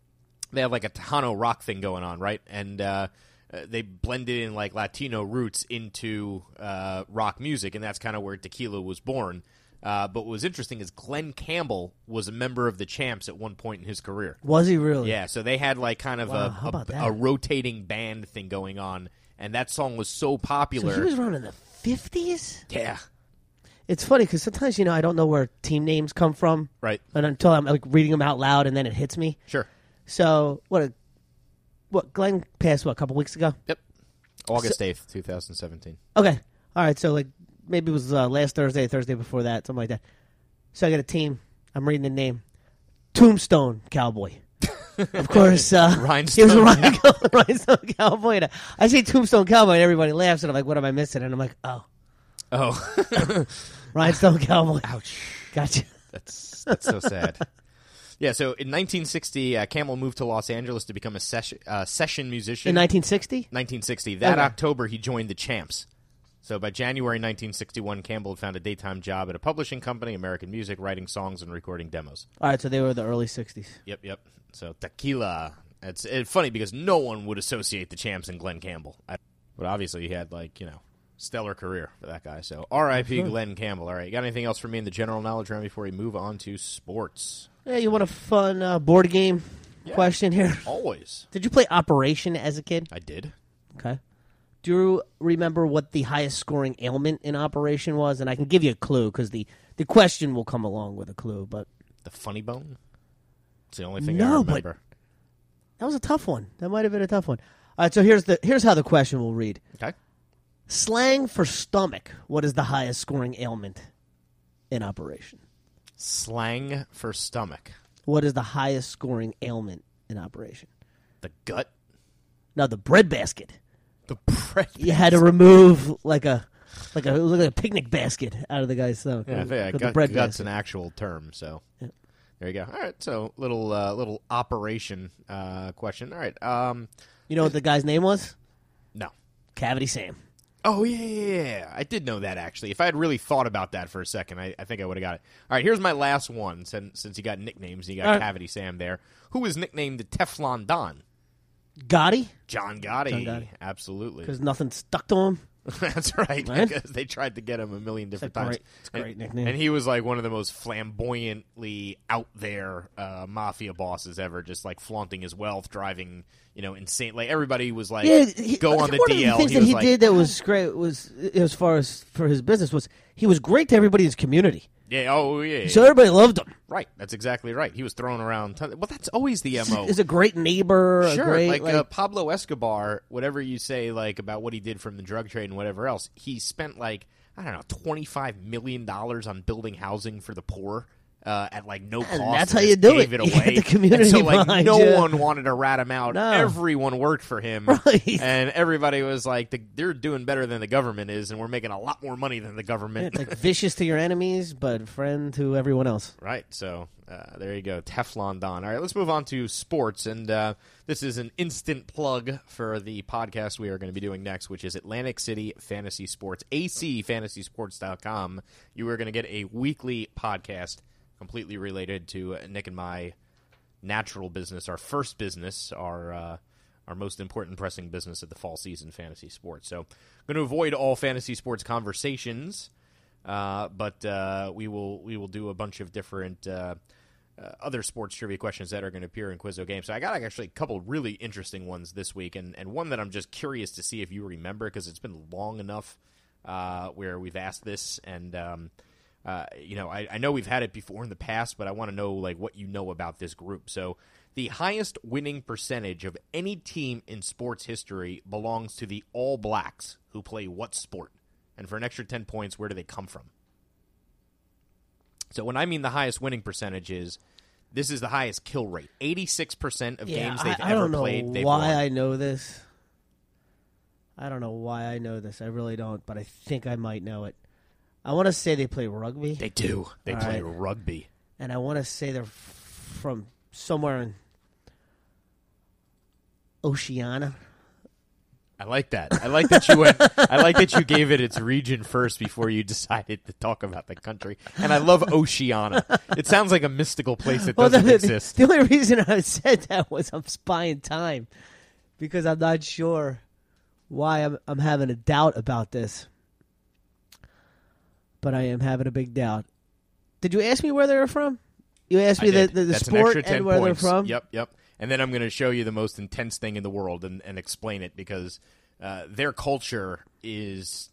Speaker 4: they have like a Tejano rock thing going on, right? And uh, uh, they blended in like Latino roots into uh, rock music, and that's kind of where Tequila was born. Uh, but what was interesting is Glenn Campbell was a member of the Champs at one point in his career.
Speaker 5: Was he really?
Speaker 4: Yeah, so they had like kind of
Speaker 5: Wow,
Speaker 4: a-
Speaker 5: how about
Speaker 4: a,
Speaker 5: that?
Speaker 4: a, rotating band thing going on, and that song was so
Speaker 5: So
Speaker 4: popular.
Speaker 5: he was around in the fifties.
Speaker 4: yeah,
Speaker 5: It's funny because sometimes you know I don't know where team names come from,
Speaker 4: right.
Speaker 5: and until I'm like reading them out loud, and then it hits me.
Speaker 4: Sure.
Speaker 5: So what? A, what Glenn passed what a couple weeks ago?
Speaker 4: Yep. August eighth, two thousand seventeen.
Speaker 5: Okay, all right. So like maybe it was uh, last Thursday, Thursday before that, something like that. So I got a team. I'm reading the name, Tombstone (laughs) Cowboy. of course, uh,
Speaker 4: Rhinestone
Speaker 5: He was a (laughs) Rhinestone, (laughs) Rhinestone Cowboy. And I say Tombstone Cowboy, and everybody laughs, and I'm like, "What am I missing?" And I'm like, "Oh,
Speaker 4: Oh,
Speaker 5: (laughs) Rhinestone Cowboy." Ouch. Gotcha.
Speaker 4: that's (laughs) that's so sad. Yeah. So in 1960, uh, Camel moved to Los Angeles to become a session uh, session musician.
Speaker 5: In 1960.
Speaker 4: 1960. That
Speaker 5: Okay.
Speaker 4: October, he joined the Champs. So by January 1961, Campbell had found a daytime job at a publishing company, American Music, writing songs and recording demos.
Speaker 5: All right, so they were the early 60s.
Speaker 4: Yep, yep. So tequila. It's, it's funny because no one would associate the champs and Glenn Campbell, I, but obviously he had like you know stellar career for that guy. So R.I.P. Glenn Campbell. All right, you got anything else for me in the general knowledge round before we move on to sports?
Speaker 5: Yeah, you want a fun uh, board game question here?
Speaker 4: Always,
Speaker 5: Did you play Operation as a kid?
Speaker 4: I did.
Speaker 5: Okay. Do you remember what the highest scoring ailment in Operation was? And I can give you a clue because the, the question will come along with a clue, but
Speaker 4: The funny bone. It's the only thing I
Speaker 5: No, but-
Speaker 4: remember.
Speaker 5: that was a tough one. That might have been a tough one. All right, so here's the here's how the question will read.
Speaker 4: Okay.
Speaker 5: Slang for stomach. What is the highest scoring ailment in Operation?
Speaker 4: Slang for stomach.
Speaker 5: What is the highest scoring ailment in Operation?
Speaker 4: The gut.
Speaker 5: Now the breadbasket.
Speaker 4: The (laughs) bread.
Speaker 5: you had to remove like a like a look like a picnic basket out of the guy's stomach.
Speaker 4: Yeah, I
Speaker 5: With-
Speaker 4: think I
Speaker 5: with
Speaker 4: gut,
Speaker 5: the bread
Speaker 4: gut's
Speaker 5: basket.
Speaker 4: an actual term. So there you go. All right, so little uh, little operation uh, question. All right, um,
Speaker 5: You know what the guy's name was?
Speaker 4: no.
Speaker 5: Cavity Sam.
Speaker 4: Oh yeah, yeah, yeah, I did know that actually. If I had really thought about that for a second, I, I think I would have got it. All right, here's my last one. Since since you got nicknames, you got
Speaker 5: All right.
Speaker 4: Cavity Sam there, who was nicknamed the Teflon Don.
Speaker 5: Gotti,
Speaker 4: John Gotti,
Speaker 5: John Gotti.
Speaker 4: absolutely.
Speaker 5: because nothing stuck to him.
Speaker 4: (laughs) That's right.
Speaker 5: Right?
Speaker 4: Because they tried to get him a million different
Speaker 5: a
Speaker 4: times.
Speaker 5: great- it's a great
Speaker 4: and,
Speaker 5: nickname.
Speaker 4: And he was like one of the most flamboyantly out there uh, mafia bosses ever, just like flaunting his wealth, driving you know insane. Like everybody was like,
Speaker 5: Yeah, he,
Speaker 4: go on the
Speaker 5: one
Speaker 4: DL.
Speaker 5: Of the things
Speaker 4: he
Speaker 5: that
Speaker 4: was
Speaker 5: he
Speaker 4: like,
Speaker 5: did
Speaker 4: (laughs)
Speaker 5: that was great was uh, as far as for his business was he was great to everybody in his community,
Speaker 4: yeah, oh yeah.
Speaker 5: so everybody loved him.
Speaker 4: Right, that's exactly right. He was thrown around. Ton- well, that's always the mo.
Speaker 5: He's a great neighbor, a
Speaker 4: sure,
Speaker 5: great,
Speaker 4: like, uh, Pablo Escobar, whatever you say, like about what he did from the drug trade and whatever else. He spent like I don't know, twenty five million dollars on building housing for the poor uh, at like no cost.
Speaker 5: And that's how you do
Speaker 4: gave
Speaker 5: it.
Speaker 4: it
Speaker 5: (laughs) You got
Speaker 4: away.
Speaker 5: the community
Speaker 4: And so like
Speaker 5: behind
Speaker 4: no
Speaker 5: you.
Speaker 4: one wanted to rat him out.
Speaker 5: No.
Speaker 4: Everyone worked for him,
Speaker 5: (laughs) Right.
Speaker 4: and everybody was like, the, "They're doing better than the government is, and we're making a lot more money than the government."
Speaker 5: (laughs) It's (laughs) like vicious to your enemies, but friend to everyone else.
Speaker 4: Right. So uh, there you go, Teflon Don. All right, let's move on to sports, and uh, this is an instant plug for the podcast we are going to be doing next, which is Atlantic City Fantasy Sports, acfantasysports.com. You are going to get a weekly podcast completely related to uh, Nick and my natural business, our first business, our uh, our most important pressing business of the fall season, fantasy sports. So, going to avoid all fantasy sports conversations, uh, but uh, we will we will do a bunch of different. Uh, uh, other sports trivia questions that are going to appear in Quizzo Games. So I got actually a couple really interesting ones this week, and, and one that I'm just curious to see if you remember because it's been long enough uh, where we've asked this, and um, uh, you know, I, I know we've had it before in the past, but I want to know like what you know about this group. So, the highest winning percentage of any team in sports history belongs to the All Blacks, who play what sport? And for an extra ten points, where do they come from? So, when I mean the highest winning percentage is. This is the highest kill rate. 86% of games they've
Speaker 5: I, I
Speaker 4: ever
Speaker 5: don't know
Speaker 4: played. They've
Speaker 5: why
Speaker 4: won.
Speaker 5: I know this. I don't know why I know this. I really don't, but I think I might know it. I want to say they play rugby,
Speaker 4: They do. They
Speaker 5: All
Speaker 4: play
Speaker 5: right.
Speaker 4: rugby.
Speaker 5: and I want to say they're f- from somewhere in Oceania.
Speaker 4: I like that. I like that you went. I like that you gave it its region first before you decided to talk about the country. And I love Oceania. It sounds like a mystical place that doesn't
Speaker 5: the,
Speaker 4: exist.
Speaker 5: the only reason I said that was I'm spying time because I'm not sure why I'm, I'm having a doubt about this. But I am having a big doubt. Did you ask me where they were from? You asked me
Speaker 4: I
Speaker 5: the,
Speaker 4: did.
Speaker 5: the, the
Speaker 4: That's an
Speaker 5: sport
Speaker 4: extra 10
Speaker 5: and where
Speaker 4: points.
Speaker 5: they're from?
Speaker 4: Yep, yep. And then I'm going to show you the most intense thing in the world and, and explain it because uh, their culture is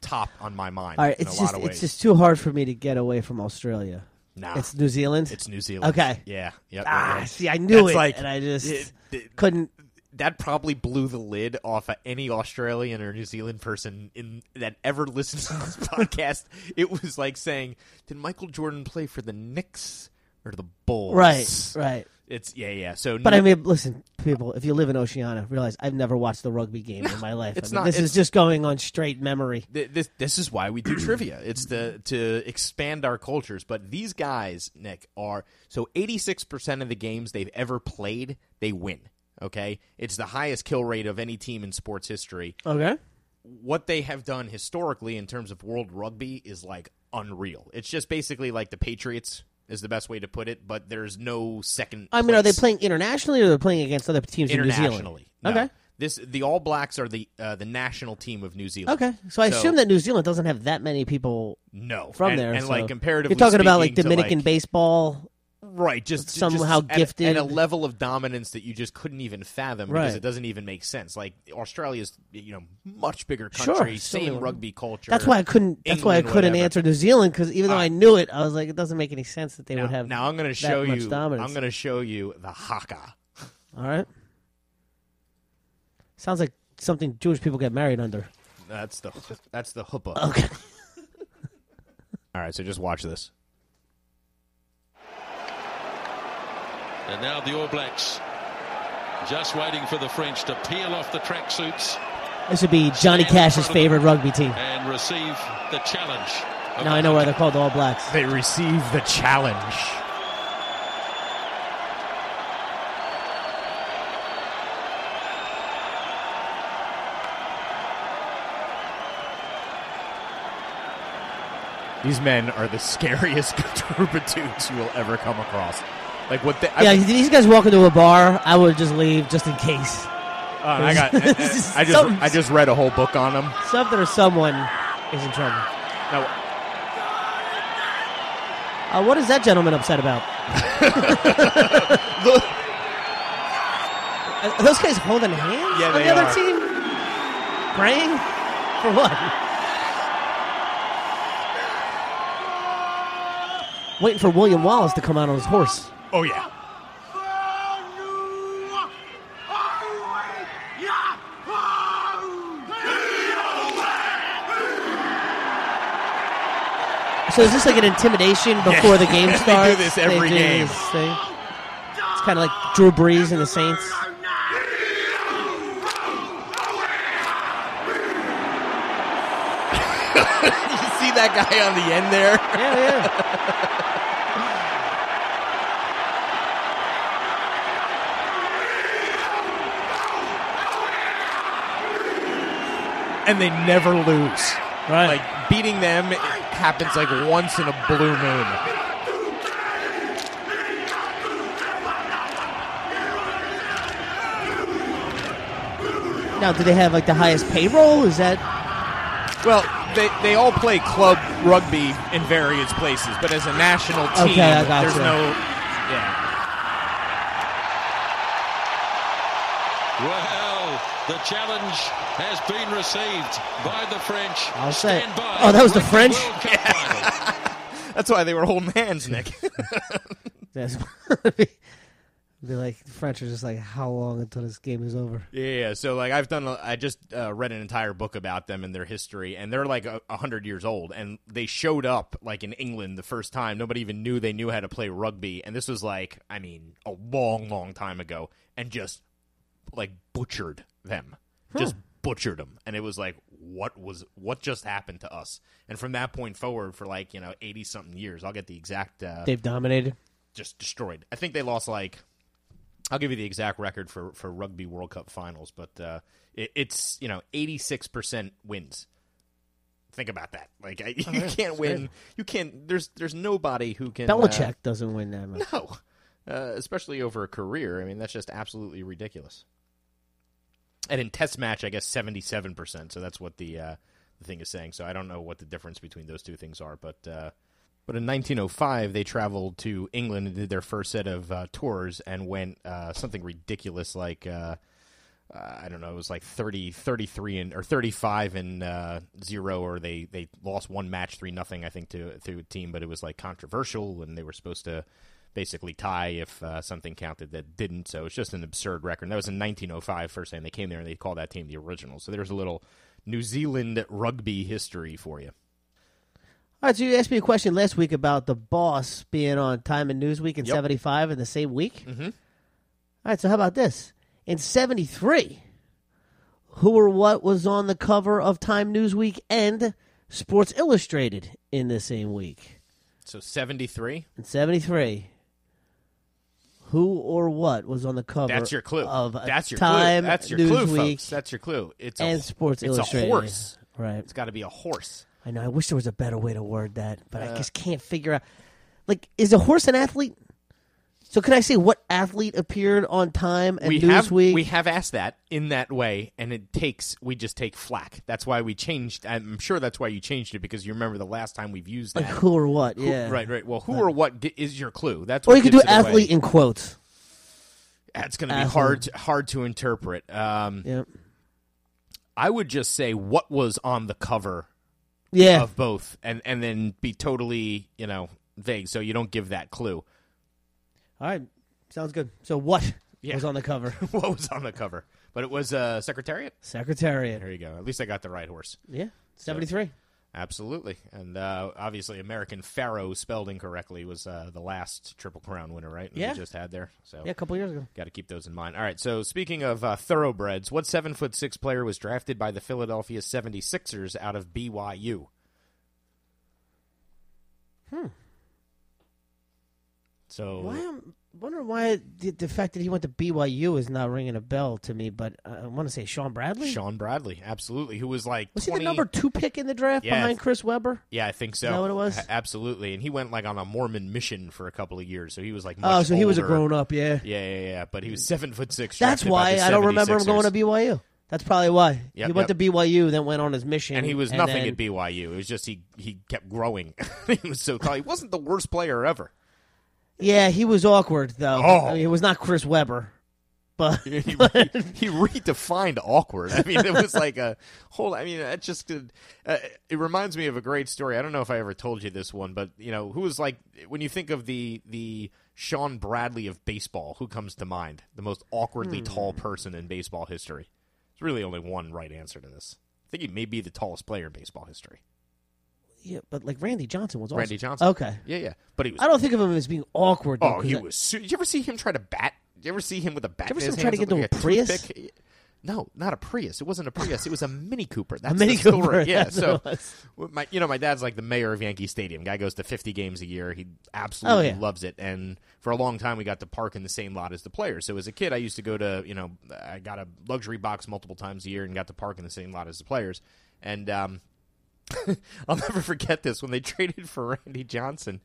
Speaker 4: top on my mind
Speaker 5: All right,
Speaker 4: in
Speaker 5: it's
Speaker 4: a lot
Speaker 5: just
Speaker 4: of ways.
Speaker 5: it's just too hard for me to get away from Australia.
Speaker 4: nah,
Speaker 5: It's New Zealand.
Speaker 4: it's New Zealand.
Speaker 5: Okay.
Speaker 4: Yeah. Yep.
Speaker 5: ah,
Speaker 4: yep, yep.
Speaker 5: see, I knew
Speaker 4: That's
Speaker 5: it,
Speaker 4: like-
Speaker 5: and I just
Speaker 4: it- it-
Speaker 5: couldn't.
Speaker 4: that probably blew the lid off of any Australian or New Zealand person in that ever listened to this
Speaker 5: (laughs)
Speaker 4: podcast. It was like saying, "Did Michael Jordan play for the Knicks or the Bulls?"
Speaker 5: Right, right.
Speaker 4: It's yeah, yeah. So,
Speaker 5: But
Speaker 4: no-
Speaker 5: I mean, listen, people, if you live in Oceania, realize I've never watched the rugby game in my life.
Speaker 4: it's
Speaker 5: I mean,
Speaker 4: not-
Speaker 5: this
Speaker 4: it's-
Speaker 5: is just going on straight memory.
Speaker 4: th- this this is why we do (clears throat) trivia. It's to to expand our cultures. But these guys, Nick, are so eighty six percent of the games they've ever played, they win. Okay, it's the highest kill rate of any team in sports history.
Speaker 5: Okay.
Speaker 4: what they have done historically in terms of world rugby is like unreal. It's just basically like the Patriots is the best way to put it, but there's no second.
Speaker 5: I mean, are they
Speaker 4: place
Speaker 5: playing internationally or are they playing against other teams in New Zealand?
Speaker 4: internationally? No.
Speaker 5: Okay.
Speaker 4: This the All Blacks are the uh, the national team of New Zealand.
Speaker 5: Okay. So I assume that New Zealand doesn't have that many people
Speaker 4: no
Speaker 5: from
Speaker 4: and,
Speaker 5: there.
Speaker 4: and
Speaker 5: so-
Speaker 4: like comparatively,
Speaker 5: You're talking about like
Speaker 4: speaking to,
Speaker 5: Dominican baseball.
Speaker 4: right? Just just
Speaker 5: somehow
Speaker 4: at-
Speaker 5: gifted.
Speaker 4: at, a level of dominance that you just couldn't even fathom because
Speaker 5: Right.
Speaker 4: it doesn't even make sense. Like Australia's you know much bigger
Speaker 5: Sure,
Speaker 4: country,
Speaker 5: so
Speaker 4: same
Speaker 5: they-
Speaker 4: rugby culture.
Speaker 5: That's why I couldn't. That's why I
Speaker 4: England,
Speaker 5: couldn't
Speaker 4: whatever.
Speaker 5: answer New Zealand because even though
Speaker 4: Uh,
Speaker 5: I knew it, I was like, it doesn't make any sense that they
Speaker 4: Now,
Speaker 5: would have.
Speaker 4: now I'm going to
Speaker 5: that
Speaker 4: show
Speaker 5: much
Speaker 4: you.
Speaker 5: Dominance.
Speaker 4: I'm going to show you the haka.
Speaker 5: All right. Sounds like something Jewish people get married under.
Speaker 4: That's the that's the hoopah.
Speaker 5: Okay.
Speaker 4: All right, so just watch this.
Speaker 6: And now the All Blacks just waiting for the French to peel off the tracksuits
Speaker 5: This would be Johnny Cash's favorite rugby team.
Speaker 6: and receive the challenge. of
Speaker 5: Now I know why they're called All Blacks.
Speaker 4: They receive the challenge. These men are the (laughs) scariest group of dudes you will ever come across. Like what they, I-
Speaker 5: Yeah, if these guys walk into a bar, I would just leave just in case.
Speaker 4: uh, I got. I, I just
Speaker 5: Something's-
Speaker 4: I just read a whole book on them.
Speaker 5: Something or someone is in trouble.
Speaker 4: Now
Speaker 5: Uh, what is that gentleman upset about?
Speaker 4: Look.
Speaker 5: Are those guys holding hands
Speaker 4: Yeah,
Speaker 5: on
Speaker 4: they
Speaker 5: the other
Speaker 4: are.
Speaker 5: team? Praying? For what? Waiting for William Wallace to come out on his horse.
Speaker 4: Oh yeah.
Speaker 5: I So is this like an intimidation
Speaker 4: (laughs)
Speaker 5: before the game
Speaker 4: They do
Speaker 5: starts?
Speaker 4: this every
Speaker 5: do
Speaker 4: game.
Speaker 5: this thing. It's kind of like Drew Brees and the Saints.
Speaker 4: you see that guy on the end there?
Speaker 5: Yeah, yeah.
Speaker 4: And they never lose.
Speaker 5: Right.
Speaker 4: (laughs) Like beating them happens like once in a blue moon.
Speaker 5: Now, do they have like the highest payroll? Is that
Speaker 4: Well, they, they all play club rugby in various places, but as a national team,
Speaker 5: Okay, I gotcha.
Speaker 4: there's no. Yeah.
Speaker 6: Well, the challenge has been received by the French.
Speaker 5: I'll say it.
Speaker 6: Stand by
Speaker 5: Oh, that was the
Speaker 6: with
Speaker 5: French?
Speaker 6: World
Speaker 5: (laughs)
Speaker 6: Cup final.
Speaker 4: That's why they were (laughs) holding hands, Nick.
Speaker 5: that's (laughs) be like the French are just like how long until this game is over?
Speaker 4: Yeah, yeah. So like I've done, a- I just uh, read an entire book about them and their history, and they're like a a hundred years old, and they showed up like in England the first time. Nobody even knew they knew how to play rugby, and this was like, I mean, a long, long time ago, and just like butchered them, just butchered them, and it was like, what was what just happened to us? And from that point forward, for like you know eighty something years, I'll get the exact uh,
Speaker 5: They've dominated.
Speaker 4: just destroyed. I think they lost like I'll give you the exact record for for rugby World Cup finals, but uh, it, it's you know eighty six percent wins. Think about that. Like I, (laughs) you can't win. You can't. There's there's nobody who can. uh,
Speaker 5: Belichick doesn't win that (laughs) much.
Speaker 4: no, uh, especially over a career. I mean, that's just absolutely ridiculous. And in test match, I guess seventy seven percent. So that's what the uh, the thing is saying. So I don't know what the difference between those two things are, but. Uh, but in 1905, they traveled to England and did their first set of uh, tours and went uh, something ridiculous like uh, uh, I don't know, it was like 30, 33 and or 35 and uh, zero, or they, they lost one match three nothing, I think, to to a team, but it was like controversial, and they were supposed to basically tie if uh, something counted that didn't. So it's just an absurd record. And that was in 1905, first time they came there, and they called that team the original. So there's a little New Zealand rugby history for you.
Speaker 5: All right, so you asked me a question last week about the boss being on Time and Newsweek in
Speaker 4: Yep.
Speaker 5: '75 in the same week. Mm-hmm. right, so how about this? In '73, who or what was on the cover of Time Newsweek and Sports Illustrated in the same week?
Speaker 4: So 73.
Speaker 5: In '73, who or what was on the cover?
Speaker 4: That's your clue.
Speaker 5: Of uh,
Speaker 4: That's your
Speaker 5: Time
Speaker 4: clue. That's your
Speaker 5: Newsweek
Speaker 4: clue, folks. That's your clue. It's
Speaker 5: and
Speaker 4: a,
Speaker 5: Sports
Speaker 4: it's
Speaker 5: Illustrated.
Speaker 4: a horse.
Speaker 5: right?
Speaker 4: It's got to be a horse.
Speaker 5: I know. I wish there was a better way to word that, but I just can't figure out. Like, is a horse an athlete? So can I say what athlete appeared on Time and
Speaker 4: we
Speaker 5: Newsweek?
Speaker 4: have we have asked that in that way, and it takes we just take flack. That's why we changed. I'm sure that's why you changed it because you remember the last time we've used that.
Speaker 5: like who or what?
Speaker 4: Who-
Speaker 5: (laughs) yeah,
Speaker 4: Right, right. Well, who or what di- is your clue? That's what
Speaker 5: Or you could do
Speaker 4: gives it away.
Speaker 5: athlete in quotes.
Speaker 4: That's going to be
Speaker 5: athlete.
Speaker 4: hard to- hard to interpret. Um,
Speaker 5: Yeah,
Speaker 4: I would just say what was on the cover
Speaker 5: yeah.
Speaker 4: of both, and and then be totally you know vague, so you don't give that clue. (laughs)
Speaker 5: All right, sounds good. So what
Speaker 4: Yeah.
Speaker 5: was on the (laughs) cover?
Speaker 4: what was on the cover? But it was uh, Secretariat.
Speaker 5: Secretariat.
Speaker 4: There you go. At least I got the right horse.
Speaker 5: Yeah, seventy-three.
Speaker 4: Absolutely, and uh, obviously, American Pharaoh spelled incorrectly was uh, the last Triple Crown winner, right?
Speaker 5: Yeah.
Speaker 4: we just had there. So
Speaker 5: Yeah, a couple years ago.
Speaker 4: got to keep those in mind. All right. So speaking of uh, thoroughbreds, what seven foot six player was drafted by the Philadelphia 76ers out of BYU? Hmm.
Speaker 5: Hmm.
Speaker 4: So
Speaker 5: Why I'm wondering why the, the fact that he went to BYU is not ringing a bell to me, but uh, I want to say Sean Bradley.
Speaker 4: Sean Bradley, absolutely, who was like
Speaker 5: was
Speaker 4: 20...
Speaker 5: he the number two pick in the draft
Speaker 4: Yeah.
Speaker 5: behind Chris Webber?
Speaker 4: Yeah, I think so.
Speaker 5: that what it was?
Speaker 4: A- Absolutely, and he went like on a Mormon mission for a couple of years, so he was like.
Speaker 5: Oh,
Speaker 4: much
Speaker 5: so he was a
Speaker 4: older.
Speaker 5: grown up, yeah.
Speaker 4: Yeah, yeah, yeah. But he was seven foot six.
Speaker 5: Mm. That's
Speaker 4: drafted by
Speaker 5: why
Speaker 4: the
Speaker 5: I don't remember him
Speaker 4: 76ers.
Speaker 5: going to BYU. That's probably why.
Speaker 4: Yep,
Speaker 5: he went
Speaker 4: yep.
Speaker 5: to BYU, then went on his mission.
Speaker 4: And he was nothing
Speaker 5: then-
Speaker 4: at BYU. It was just he he kept growing. (laughs) he was so tall. He wasn't the worst player ever.
Speaker 5: Yeah, he was awkward, though.
Speaker 4: Oh.
Speaker 5: I mean, it was not Chris Webber.
Speaker 4: (laughs)
Speaker 5: But
Speaker 4: he, he redefined awkward. I mean, it was like a whole. I mean, it just could- uh, it reminds me of a great story. I don't know if I ever told you this one, but you know, who was like when you think of the the Sean Bradley of baseball, who comes to mind? The most
Speaker 5: Hmm.
Speaker 4: awkwardly tall person in baseball history. There's really only one right answer to this. I think he may be the tallest player in baseball history.
Speaker 5: (laughs) yeah, but like Randy Johnson was also
Speaker 4: Randy Johnson.
Speaker 5: Okay,
Speaker 4: Yeah, yeah. But he was.
Speaker 5: I don't think of him as being awkward. Though,
Speaker 4: oh,
Speaker 5: 'cause
Speaker 4: he
Speaker 5: I-
Speaker 4: was. su- Did you ever see him try to bat? Did you ever see him with a bat?
Speaker 5: ever
Speaker 4: in
Speaker 5: see
Speaker 4: his
Speaker 5: him try to
Speaker 4: hands
Speaker 5: get
Speaker 4: like
Speaker 5: to a Prius?
Speaker 4: toothpick? No, not a Prius. It wasn't a Prius. It was a Mini Cooper. That's
Speaker 5: Mini
Speaker 4: the story.
Speaker 5: Cooper, (laughs)
Speaker 4: Yeah.
Speaker 5: that's what
Speaker 4: So,
Speaker 5: it was.
Speaker 4: w- my you know my dad's like the mayor of Yankee Stadium. Guy goes to fifty games a year. He absolutely
Speaker 5: Oh, yeah.
Speaker 4: loves it. And for a long time, we got to park in the same lot as the players. So as a kid, I used to go to you know I got a luxury box multiple times a year and got to park in the same lot as the players. And um, I'll never (laughs) forget this when they traded for Randy Johnson.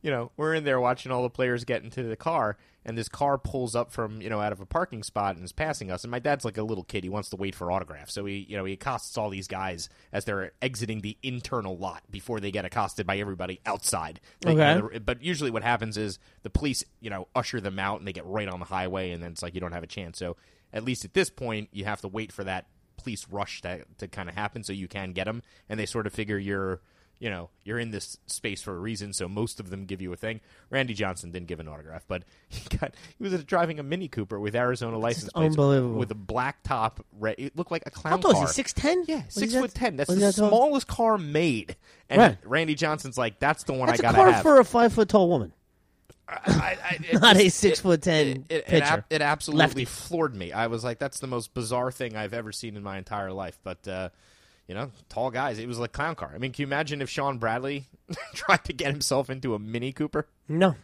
Speaker 4: You know, we're in there watching all the players get into the car, and this car pulls up from you know out of a parking spot and is passing us. And my dad's like a little kid; he wants to wait for autographs, so he you know he accosts all these guys as they're exiting the internal lot before they get accosted by everybody outside. They- you know,
Speaker 5: Okay.
Speaker 4: they're- but usually what happens is the police, you know, usher them out and they get right on the highway, and then it's like you don't have a chance. So at least at this point, you have to wait for that police rush to, to kind of happen so you can get them. And they sort of figure you're, you know, you're in this space for a reason. So most of them give you a thing. Randy Johnson didn't give an autograph, but (laughs) he got he was driving a Mini Cooper with Arizona license plates,
Speaker 5: unbelievable.
Speaker 4: with a black top. Red, it looked like a clown
Speaker 5: How tall is
Speaker 4: car.
Speaker 5: he? Six ten?
Speaker 4: Yeah, six foot ten. That's the
Speaker 5: that tall?
Speaker 4: smallest car made. And
Speaker 5: Right.
Speaker 4: Randy Johnson's like, that's the one
Speaker 5: That's
Speaker 4: I
Speaker 5: a
Speaker 4: gotta
Speaker 5: car
Speaker 4: have.
Speaker 5: for a five foot tall woman, (laughs)
Speaker 4: I, I, it
Speaker 5: not
Speaker 4: just-
Speaker 5: a six foot ten
Speaker 4: It, it,
Speaker 5: pitcher.
Speaker 4: ab- it absolutely
Speaker 5: Lefty.
Speaker 4: floored me. I was like, that's the most bizarre thing I've ever seen in my entire life. But, uh, you know, tall guys. It was like clown car. I mean, can you imagine if Sean Bradley (laughs) tried to get himself into a Mini Cooper?
Speaker 5: no,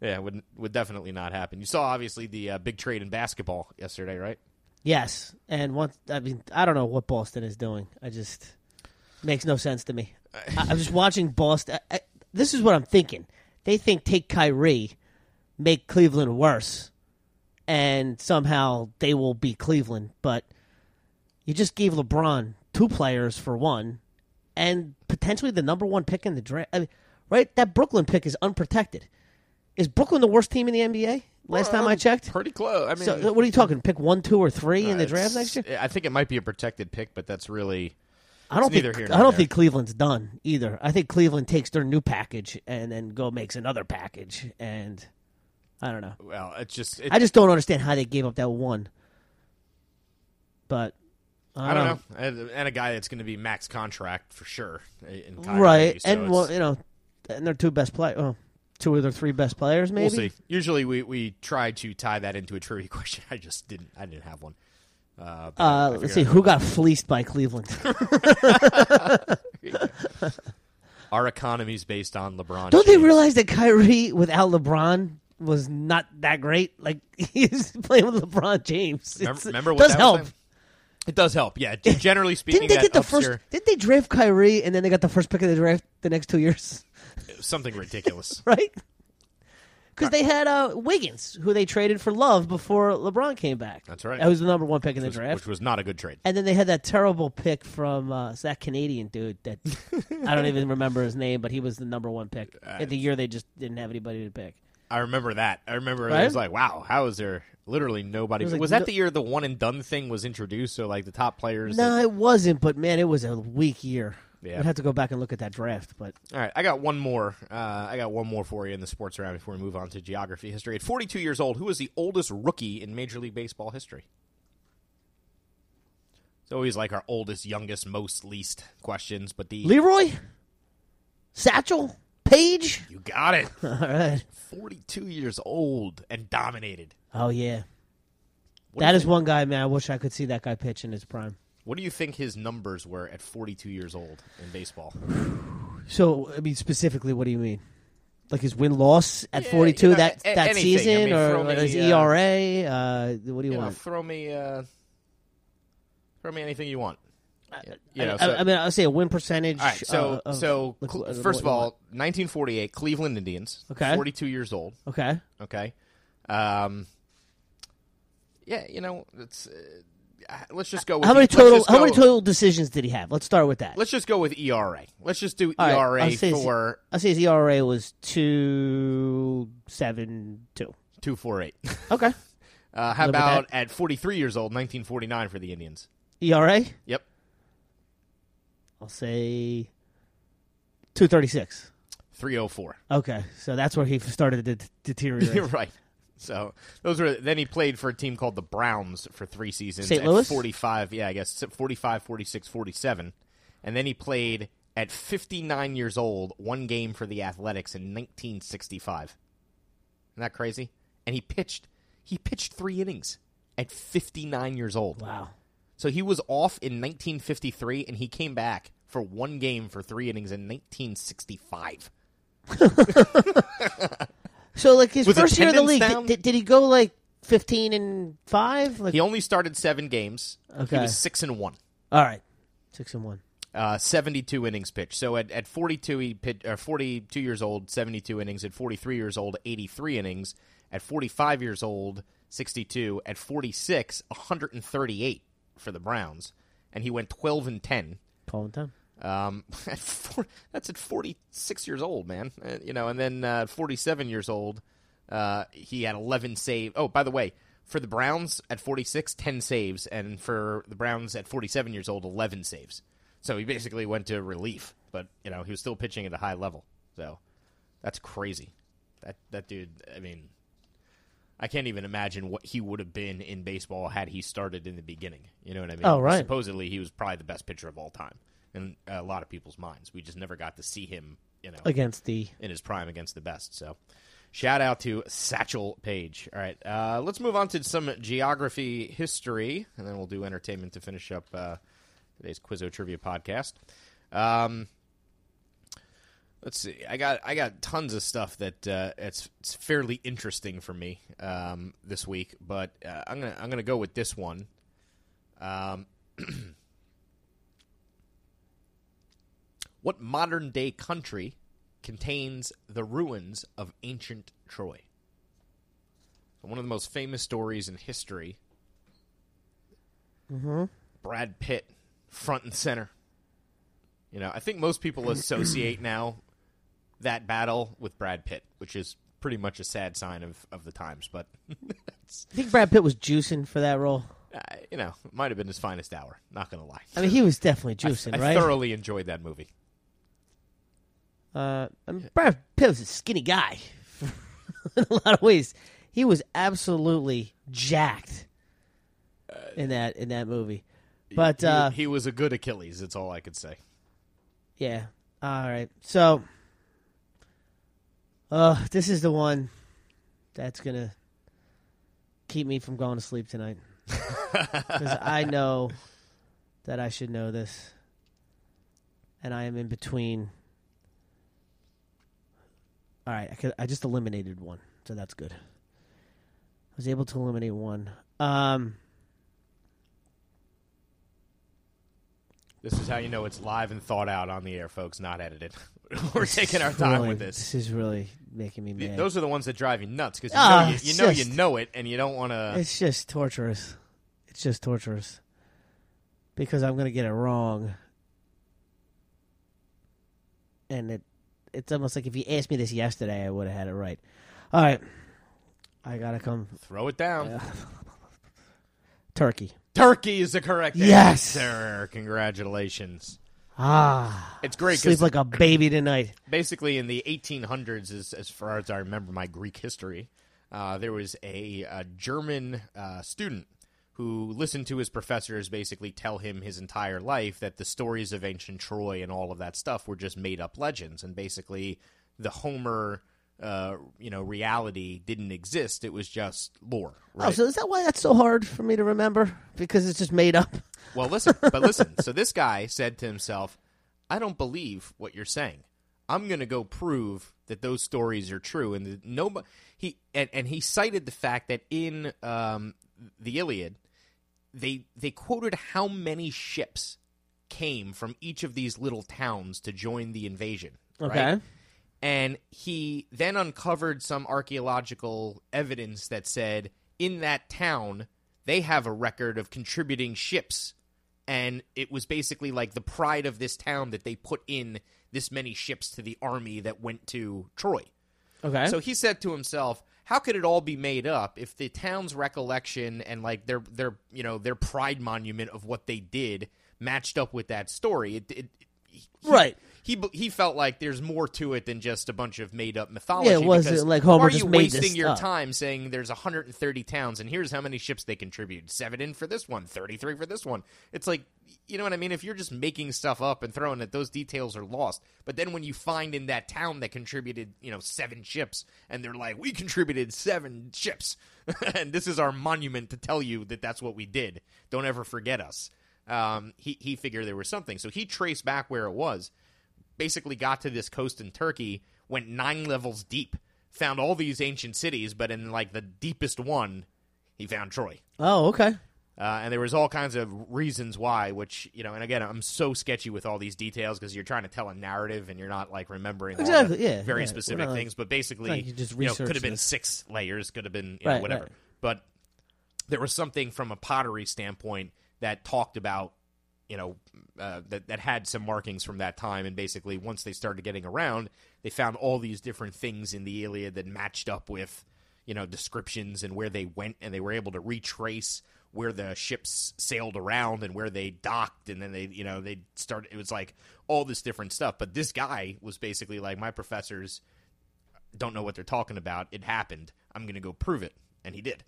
Speaker 4: Yeah, it would, would definitely not happen. You saw, obviously, the uh, big trade in basketball yesterday, right?
Speaker 5: yes, and once I mean I don't know what Boston is doing. I just makes no sense to me. I, I'm just watching Boston. I, I, this is what I'm thinking. They think take Kyrie, make Cleveland worse, and somehow they will be Cleveland. But you just gave LeBron two players for one, and potentially the number one pick in the draft. I mean, right? That Brooklyn pick is unprotected. Is Brooklyn the worst team in the NBA? Last time I checked.
Speaker 4: Pretty close. I mean,
Speaker 5: So what are you talking? Pick one, two, or three in the
Speaker 4: it's-
Speaker 5: draft next year?
Speaker 4: I think it might be a protected pick, but that's really.
Speaker 5: I don't
Speaker 4: it's neither
Speaker 5: think
Speaker 4: here
Speaker 5: I
Speaker 4: nor
Speaker 5: don't
Speaker 4: there.
Speaker 5: think Cleveland's done either. I think Cleveland takes their new package and then go makes another package, and I don't know.
Speaker 4: Well, it's just. It,
Speaker 5: I just don't understand how they gave up that one. But I
Speaker 4: I
Speaker 5: don't,
Speaker 4: don't know. And- And a guy that's going to be max contract for sure. In Kyrie,
Speaker 5: right?
Speaker 4: so
Speaker 5: and
Speaker 4: it's-
Speaker 5: well, you know, and their two best play, oh, two of their three best players, maybe.
Speaker 4: we'll see. Usually we, we try to tie that into a trivia (laughs) question. I just didn't. I didn't have one. Uh, but I
Speaker 5: Uh,
Speaker 4: figured
Speaker 5: let's see
Speaker 4: I'd-
Speaker 5: who got fleeced by Cleveland.
Speaker 4: Our economy's based on LeBron.
Speaker 5: Don't they
Speaker 4: James.
Speaker 5: realize that Kyrie without LeBron was not that great? Like (laughs) he's playing with LeBron James.
Speaker 4: Remember,
Speaker 5: It's-
Speaker 4: remember what
Speaker 5: does
Speaker 4: that was
Speaker 5: help.
Speaker 4: like? It does help. Yeah.
Speaker 5: (laughs)
Speaker 4: G- Generally speaking,
Speaker 5: Didn't they
Speaker 4: that
Speaker 5: get the
Speaker 4: ups
Speaker 5: first?
Speaker 4: your-
Speaker 5: Didn't they draft Kyrie and then they got the first pick of the draft the next two years, (laughs)
Speaker 4: something ridiculous.
Speaker 5: right? Because they had uh, Wiggins, who they traded for Love before LeBron came back.
Speaker 4: That's right.
Speaker 5: That was the number one pick in the
Speaker 4: which,
Speaker 5: (laughs) draft.
Speaker 4: which was not a good trade.
Speaker 5: And then they had that terrible pick from uh, it's that Canadian dude
Speaker 4: (laughs)
Speaker 5: that I don't even remember his name, but he was the number one pick
Speaker 4: Uh,
Speaker 5: in the year they just didn't have anybody to pick.
Speaker 4: I remember that. I remember it
Speaker 5: Right?
Speaker 4: was like, wow, how is there literally nobody?
Speaker 5: was
Speaker 4: Was, that
Speaker 5: like no-
Speaker 4: the year the one and done thing was introduced? So like the top players. that-
Speaker 5: No, it wasn't, but man, it was a weak year.
Speaker 4: Yeah.
Speaker 5: We'd have to go back and look at that draft, but
Speaker 4: All right, I got one more. Uh, I got one more for you in the sports round before we move on to geography history. At 42 years old, who is the oldest rookie in Major League Baseball history? It's always like our oldest, youngest, most, least questions, but the
Speaker 5: Leroy, Satchel, Page.
Speaker 4: you got it.
Speaker 5: (laughs) All right.
Speaker 4: 42 years old and dominated.
Speaker 5: Oh yeah,
Speaker 4: What
Speaker 5: that
Speaker 4: do you
Speaker 5: is one guy, man. I wish I could see that guy pitch in his prime.
Speaker 4: think- what do you think his numbers were at 42 years old in baseball?
Speaker 5: So, I mean, specifically, what do you mean? Like his win loss at
Speaker 4: Yeah,
Speaker 5: forty two
Speaker 4: you know,
Speaker 5: that
Speaker 4: a-
Speaker 5: that
Speaker 4: anything. I
Speaker 5: season,
Speaker 4: mean,
Speaker 5: or
Speaker 4: from
Speaker 5: like,
Speaker 4: the,
Speaker 5: his
Speaker 4: uh,
Speaker 5: ERA? Uh, what do you,
Speaker 4: You know,
Speaker 5: want?
Speaker 4: throw me, uh, throw me anything you want. You
Speaker 5: I,
Speaker 4: know,
Speaker 5: I-
Speaker 4: so-
Speaker 5: I mean, I'll say a win percentage.
Speaker 4: All right, so
Speaker 5: uh, of-
Speaker 4: so
Speaker 5: like,
Speaker 4: Cle-
Speaker 5: what-
Speaker 4: first
Speaker 5: what
Speaker 4: of
Speaker 5: you
Speaker 4: all,
Speaker 5: want.
Speaker 4: 1948, Cleveland Indians.
Speaker 5: Okay.
Speaker 4: 42 years old.
Speaker 5: okay.
Speaker 4: Okay. Um, yeah, you know, it's uh, let's just go. With
Speaker 5: How many
Speaker 4: E- let's
Speaker 5: total?
Speaker 4: just
Speaker 5: How
Speaker 4: go-
Speaker 5: many total decisions did he have? Let's start with that.
Speaker 4: Let's just go with ERA. Let's just do
Speaker 5: All right,
Speaker 4: ERA
Speaker 5: I'll say-
Speaker 4: for
Speaker 5: I say his ERA was two seven two.
Speaker 4: two four
Speaker 5: (laughs)
Speaker 4: eight.
Speaker 5: Okay.
Speaker 4: Uh, how
Speaker 5: Live with that.
Speaker 4: about at 43 years old, 1949 for the Indians?
Speaker 5: ERA,
Speaker 4: Yep,
Speaker 5: E I'll say two thirty six.
Speaker 4: 304.
Speaker 5: Okay, so that's where he started to det- deteriorate.
Speaker 4: You're right. So those were. Then he played for a team called the Browns for three seasons.
Speaker 5: St.
Speaker 4: at
Speaker 5: Louis?
Speaker 4: 45. Yeah, I guess 45, 46, 47, and then he played at 59 years old, one game for the Athletics in 1965. Isn't that crazy? And he pitched he pitched three innings at 59 years old.
Speaker 5: Wow.
Speaker 4: So he was off in 1953, and he came back for one game for three innings in 1965.
Speaker 5: So like his
Speaker 4: Was
Speaker 5: first year of the league,
Speaker 4: attendance down?
Speaker 5: did, did, did he go like fifteen and five? Like
Speaker 4: He only started seven games.
Speaker 5: Okay.
Speaker 4: He was six and one.
Speaker 5: all right, six and one.
Speaker 4: Uh, 72 innings pitched. So at, at 42, he pitched, uh, 42 years old, 72 innings. At 43 years old, 83 innings. At 45 years old, 62. At 46, 138 for the Browns. And he went 12 and 10.
Speaker 5: Paul and Tom.
Speaker 4: Um, (laughs) at four, that's at 46 years old, man. Uh, you know, and then uh, at 47 years old, uh, he had 11 save. Oh, by the way, for the Browns at 46, 10 saves, and for the Browns at 47 years old, 11 saves. So he basically went to relief, but you know he was still pitching at a high level. So that's crazy. That that dude. I mean, I can't even imagine what he would have been in baseball had he started in the beginning. You know what I mean?
Speaker 5: Oh, right.
Speaker 4: Supposedly he was probably the best pitcher of all time in uh, a lot of people's minds. We just never got to see him, you know,
Speaker 5: against the
Speaker 4: in his prime against the best. So, shout out to Satchel Paige. All right, uh, let's move on to some geography history, and then we'll do entertainment to finish up uh, today's Quizzo Trivia podcast. Um, let's see. I got I got tons of stuff that uh, it's, it's fairly interesting for me um, this week, but uh, I'm gonna I'm gonna go with this one. Um, what modern day country contains the ruins of ancient Troy? One of the most famous stories in history. Mm-hmm. Brad Pitt, front and center. You know, I think most people associate now that battle with Brad Pitt, which is pretty much a sad sign of, of the times. But (laughs) it's,
Speaker 5: I think Brad Pitt was juicing for that role.
Speaker 4: uh, you know, it might have been his finest hour. Not gonna lie.
Speaker 5: I mean, he was definitely
Speaker 4: I-
Speaker 5: juicing,
Speaker 4: I
Speaker 5: right?
Speaker 4: thoroughly enjoyed that movie.
Speaker 5: Uh, I mean, Brad Pitt was a skinny guy (laughs) in a lot of ways. He was absolutely jacked in that in that movie. But
Speaker 4: He-
Speaker 5: uh,
Speaker 4: he, was a good Achilles. That's all I could say.
Speaker 5: yeah, all right. So, uh, this is the one that's gonna keep me from going to
Speaker 4: (laughs)
Speaker 5: sleep tonight because I know that I should know this, and I am in between. All right, I, could, I just eliminated one, so that's good. I was able to eliminate one. Um,
Speaker 4: This is how you know it's live and thought out on the air, folks, not edited. (laughs) We're taking our time
Speaker 5: really-
Speaker 4: with this.
Speaker 5: This is really making me
Speaker 4: Th-
Speaker 5: mad.
Speaker 4: Those are the ones that drive you nuts because you,
Speaker 5: Ah,
Speaker 4: know, you, you
Speaker 5: it's
Speaker 4: know
Speaker 5: just-
Speaker 4: you know it, and you don't want to.
Speaker 5: It's just torturous. It's just torturous. Because I'm gonna get it wrong. And it it's almost like if you asked me this yesterday I would have had it right. Alright. I gotta come
Speaker 4: Throw it down.
Speaker 5: Turkey.
Speaker 4: Turkey is the correct
Speaker 5: Yes!
Speaker 4: answer. Congratulations.
Speaker 5: Ah
Speaker 4: It's great
Speaker 5: sleep
Speaker 4: because
Speaker 5: like a baby tonight.
Speaker 4: basically in the 1800s, as, as far as I remember my Greek history, uh, there was a, uh German uh, student who listened to his professors basically tell him his entire life that the stories of ancient Troy and all of that stuff were just made up legends, and basically the Homer. Uh, you know, reality didn't exist. It was just lore. Right?
Speaker 5: Oh, so is that why that's so hard for me to remember? Because it's just made up.
Speaker 4: Well, listen, but listen. So this guy said to himself, "I don't believe what you're saying. I'm going to go prove that those stories are true." And that nobody he and, and he cited the fact that in um, the Iliad, they they quoted how many ships came from each of these little towns to join the invasion.
Speaker 5: Okay.
Speaker 4: Right? And he then uncovered some archaeological evidence that said in that town they have a record of contributing ships. And it was basically like the pride of this town that they put in this many ships to the army that went to Troy.
Speaker 5: Okay.
Speaker 4: So he said to himself, "How could it all be made up if the town's recollection and like their their you know their pride monument of what they did matched up with that story? It, it he-
Speaker 5: Right.
Speaker 4: He, be- he felt like there's more to it than just a bunch of made up mythology.
Speaker 5: Yeah, it wasn't
Speaker 4: because
Speaker 5: like Homer
Speaker 4: why are
Speaker 5: just
Speaker 4: you
Speaker 5: made
Speaker 4: wasting
Speaker 5: this
Speaker 4: your
Speaker 5: up.
Speaker 4: time saying there's 130 towns and here's how many ships they contribute? Seven in for this one, 33 for this one. It's like, you know what I mean? If you're just making stuff up and throwing it, those details are lost. But then when you find in that town that contributed, you know, seven ships, and they're like, we contributed seven ships, (laughs) and this is our monument to tell you that that's what we did. Don't ever forget us. Um, he he figured there was something, so he traced back where it was basically got to this coast in Turkey, went nine levels deep, found all these ancient cities, but in like the deepest one, he found Troy.
Speaker 5: Oh, okay.
Speaker 4: Uh, and there was all kinds of reasons why, which you know. And again, I'm so sketchy with all these details because you're trying to tell a narrative and you're not like remembering all the
Speaker 5: Exactly, yeah,
Speaker 4: very
Speaker 5: yeah.
Speaker 4: specific
Speaker 5: We're not, like-
Speaker 4: things. But basically,
Speaker 5: like you just
Speaker 4: you know, could
Speaker 5: research
Speaker 4: have been
Speaker 5: this.
Speaker 4: six layers, could have been you
Speaker 5: Right,
Speaker 4: know, whatever.
Speaker 5: right.
Speaker 4: But there was something from a pottery standpoint that talked about you know uh, that that had some markings from that time and basically once they started getting around they found all these different things in the Iliad that matched up with you know descriptions and where they went and they were able to retrace where the ships sailed around and where they docked and then they you know they started it was like all this different stuff but this guy was basically like my professors don't know what they're talking about it happened i'm going to go prove it and he did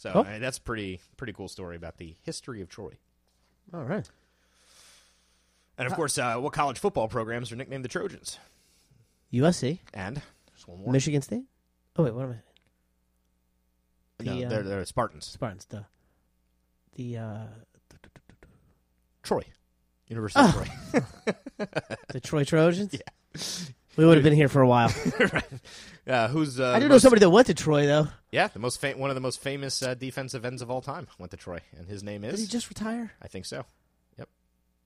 Speaker 4: so
Speaker 5: Cool.
Speaker 4: I mean, that's pretty pretty cool story about the history of Troy.
Speaker 5: All right.
Speaker 4: And of course, uh, what college football programs are nicknamed the Trojans?
Speaker 5: USC,
Speaker 4: And just one more.
Speaker 5: Michigan State. Oh wait, what am I?
Speaker 4: No,
Speaker 5: the, uh,
Speaker 4: they're, they're Spartans.
Speaker 5: Spartans. The the uh,
Speaker 4: Troy, University
Speaker 5: Ah.
Speaker 4: of Troy. (laughs)
Speaker 5: the Troy Trojans. Yeah. We would have been here for a
Speaker 4: (laughs)
Speaker 5: while.
Speaker 4: Uh, who's uh,
Speaker 5: I do
Speaker 4: the
Speaker 5: know
Speaker 4: most-
Speaker 5: somebody that went to Troy though.
Speaker 4: Yeah, the most fa- one of the most famous uh, defensive ends of all time went to Troy, and his name
Speaker 5: Did he
Speaker 4: is
Speaker 5: just retire?
Speaker 4: I think so.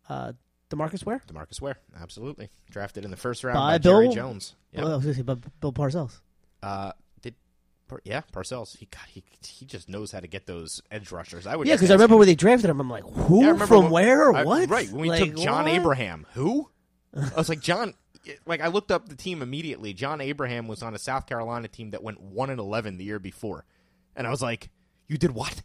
Speaker 5: Uh, Demarcus Ware.
Speaker 4: Demarcus Ware, absolutely drafted in the first round
Speaker 5: By
Speaker 4: by, Jerry
Speaker 5: Bill-
Speaker 4: Jones. Yep.
Speaker 5: Well, Oh, I was going to say Bill, Bill Parcells.
Speaker 4: uh, did Par- yeah Parcells? He God, he he just knows how to get those edge rushers. I would
Speaker 5: Yeah,
Speaker 4: just
Speaker 5: because I
Speaker 4: ask
Speaker 5: remember when they drafted him, I'm like, who
Speaker 4: Yeah, I remember
Speaker 5: from
Speaker 4: when-
Speaker 5: where or
Speaker 4: I-
Speaker 5: what?
Speaker 4: Right when we
Speaker 5: Like,
Speaker 4: took John
Speaker 5: what?
Speaker 4: Abraham,
Speaker 5: (laughs)
Speaker 4: who I was like John. Like I looked up the team immediately. John Abraham was on a South Carolina team that went one and eleven the year before, and I was like, "You did what?"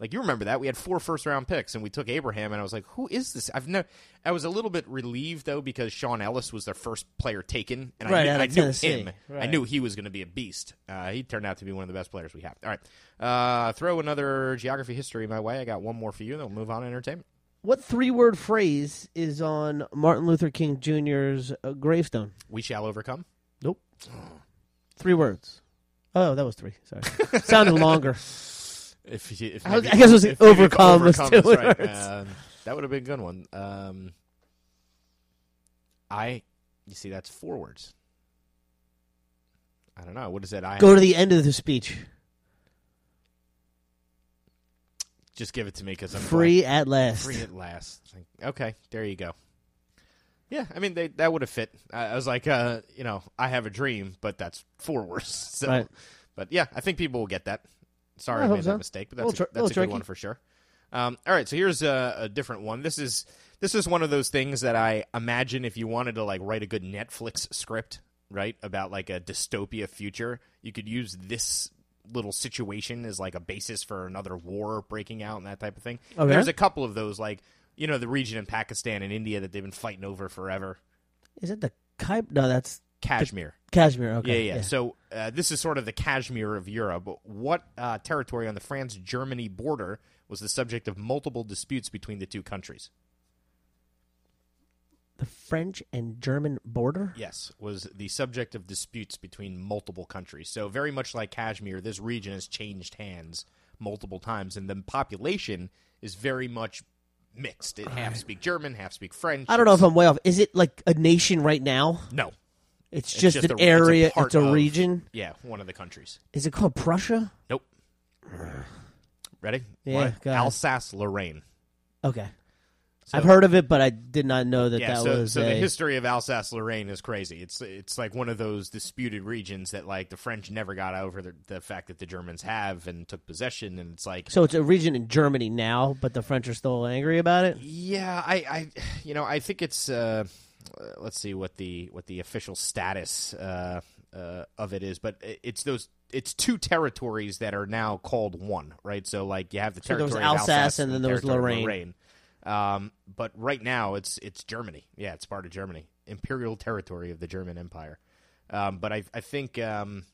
Speaker 4: Like you remember that we had four first round picks and we took Abraham and I was like, "Who is this?" I've no. I was a little bit relieved though because Sean Ellis was their first player taken, and
Speaker 5: Right,
Speaker 4: I
Speaker 5: out
Speaker 4: knew, I
Speaker 5: of
Speaker 4: knew
Speaker 5: Tennessee.
Speaker 4: him. I
Speaker 5: Right.
Speaker 4: knew he was going to be a beast. Uh, he turned out to be one of the best players we have. All right, uh, throw another geography history my way. I got one more for you, and then we'll move on to entertainment.
Speaker 5: What three word phrase is on Martin Luther King Jr.'s uh, gravestone?
Speaker 4: We shall overcome.
Speaker 5: Nope. Three words. Oh, that was three. Sorry. (laughs) Sounded longer.
Speaker 4: If, he- if
Speaker 5: I was- I guess it was
Speaker 4: if maybe if
Speaker 5: overcome was
Speaker 4: overcome is
Speaker 5: two
Speaker 4: right,
Speaker 5: words.
Speaker 4: um, that would have been a good one. Um, I, you see, that's four words. I don't know. What is that? I
Speaker 5: Go to the end of the speech.
Speaker 4: just give it to me because I'm
Speaker 5: Free at
Speaker 4: blank.
Speaker 5: last.
Speaker 4: Free at last. Okay, there you go. Yeah, I mean they, that would have fit. I, I was like, uh, you know, I have a dream, but that's four words. (laughs) So,
Speaker 5: Right.
Speaker 4: but yeah, I think people will get that. Sorry,
Speaker 5: I
Speaker 4: I,
Speaker 5: hope
Speaker 4: made
Speaker 5: so.
Speaker 4: that mistake, but that's
Speaker 5: Little
Speaker 4: a,
Speaker 5: tr-
Speaker 4: that's a
Speaker 5: little
Speaker 4: good one
Speaker 5: tricky.
Speaker 4: for sure. Um, all right, so here's a, a different one. This is this is one of those things that I imagine if you wanted to like write a good Netflix script, right, about like a dystopia future, you could use this little situation as like a basis for another war breaking out and that type of thing.
Speaker 5: Okay.
Speaker 4: There's a couple of those, like you know, the region in Pakistan and India that they've been fighting over forever,
Speaker 5: Is it the Kai? No, that's
Speaker 4: Kashmir.
Speaker 5: Kashmir. Okay.
Speaker 4: Yeah, yeah. So uh, this is sort of the Kashmir of Europe. What uh, territory on the France-Germany border was the subject of multiple disputes between the two countries?
Speaker 5: the French and German border?
Speaker 4: Yes, was the subject of disputes between multiple countries. So very much like Kashmir, this region has changed hands multiple times, and the population is very much mixed. It half speak German, half speak French.
Speaker 5: I don't know if I'm way off. Is it like a nation right now?
Speaker 4: no.
Speaker 5: It's
Speaker 4: It's
Speaker 5: just,
Speaker 4: just
Speaker 5: an
Speaker 4: a- it's a
Speaker 5: area, it's a,
Speaker 4: part of-
Speaker 5: region.
Speaker 4: Yeah, one of the countries.
Speaker 5: Is it called Prussia? (sighs)
Speaker 4: Nope. Ready?
Speaker 5: Yeah,
Speaker 4: One-
Speaker 5: go ahead.
Speaker 4: Alsace-Lorraine.
Speaker 5: Okay. I've heard of it, but I did not know that
Speaker 4: yeah,
Speaker 5: that
Speaker 4: so,
Speaker 5: was
Speaker 4: so
Speaker 5: a,
Speaker 4: the history of Alsace Lorraine is crazy. It's it's like one of those disputed regions that like the French never got over the, the fact that the Germans have and took possession, and it's like
Speaker 5: So it's a region in Germany now, but the French are still angry about it.
Speaker 4: yeah, I, I (sighs) you know I think it's uh, uh, let's see what the what the official status uh, uh, of it is, but i- it's those it's two territories that are now called one, right? So like you have the
Speaker 5: So there
Speaker 4: territory
Speaker 5: was
Speaker 4: of
Speaker 5: Alsace
Speaker 4: Alsace
Speaker 5: and then
Speaker 4: the
Speaker 5: there was
Speaker 4: territory of
Speaker 5: Lorraine.
Speaker 4: Lorraine. Um, but right now, it's it's Germany. Yeah, it's part of Germany, imperial territory of the German Empire. Um, but I I think um,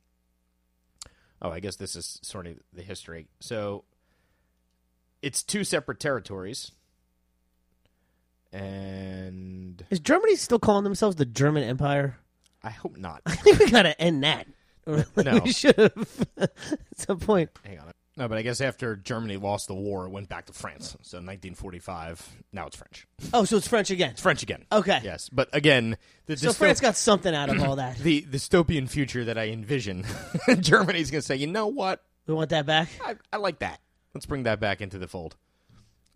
Speaker 4: oh, I guess this is sort of the history. So it's two separate territories, and
Speaker 5: Is Germany still calling themselves the German Empire? (laughs)
Speaker 4: I hope not.
Speaker 5: I think we gotta end that. (laughs) Or, like,
Speaker 4: No.
Speaker 5: We should have (laughs) at some point.
Speaker 4: Hang on. No, but I guess after Germany lost the war, it went back to France. So 1945, now it's French.
Speaker 5: Oh, so it's French again.
Speaker 4: It's French again.
Speaker 5: Okay.
Speaker 4: Yes, but again, the
Speaker 5: So
Speaker 4: dysto-
Speaker 5: France got something out of
Speaker 4: (clears throat)
Speaker 5: all that.
Speaker 4: the dystopian future that I envision, (laughs) Germany's going to say, you know what?
Speaker 5: We want that back.
Speaker 4: I, I like that. Let's bring that back into the fold.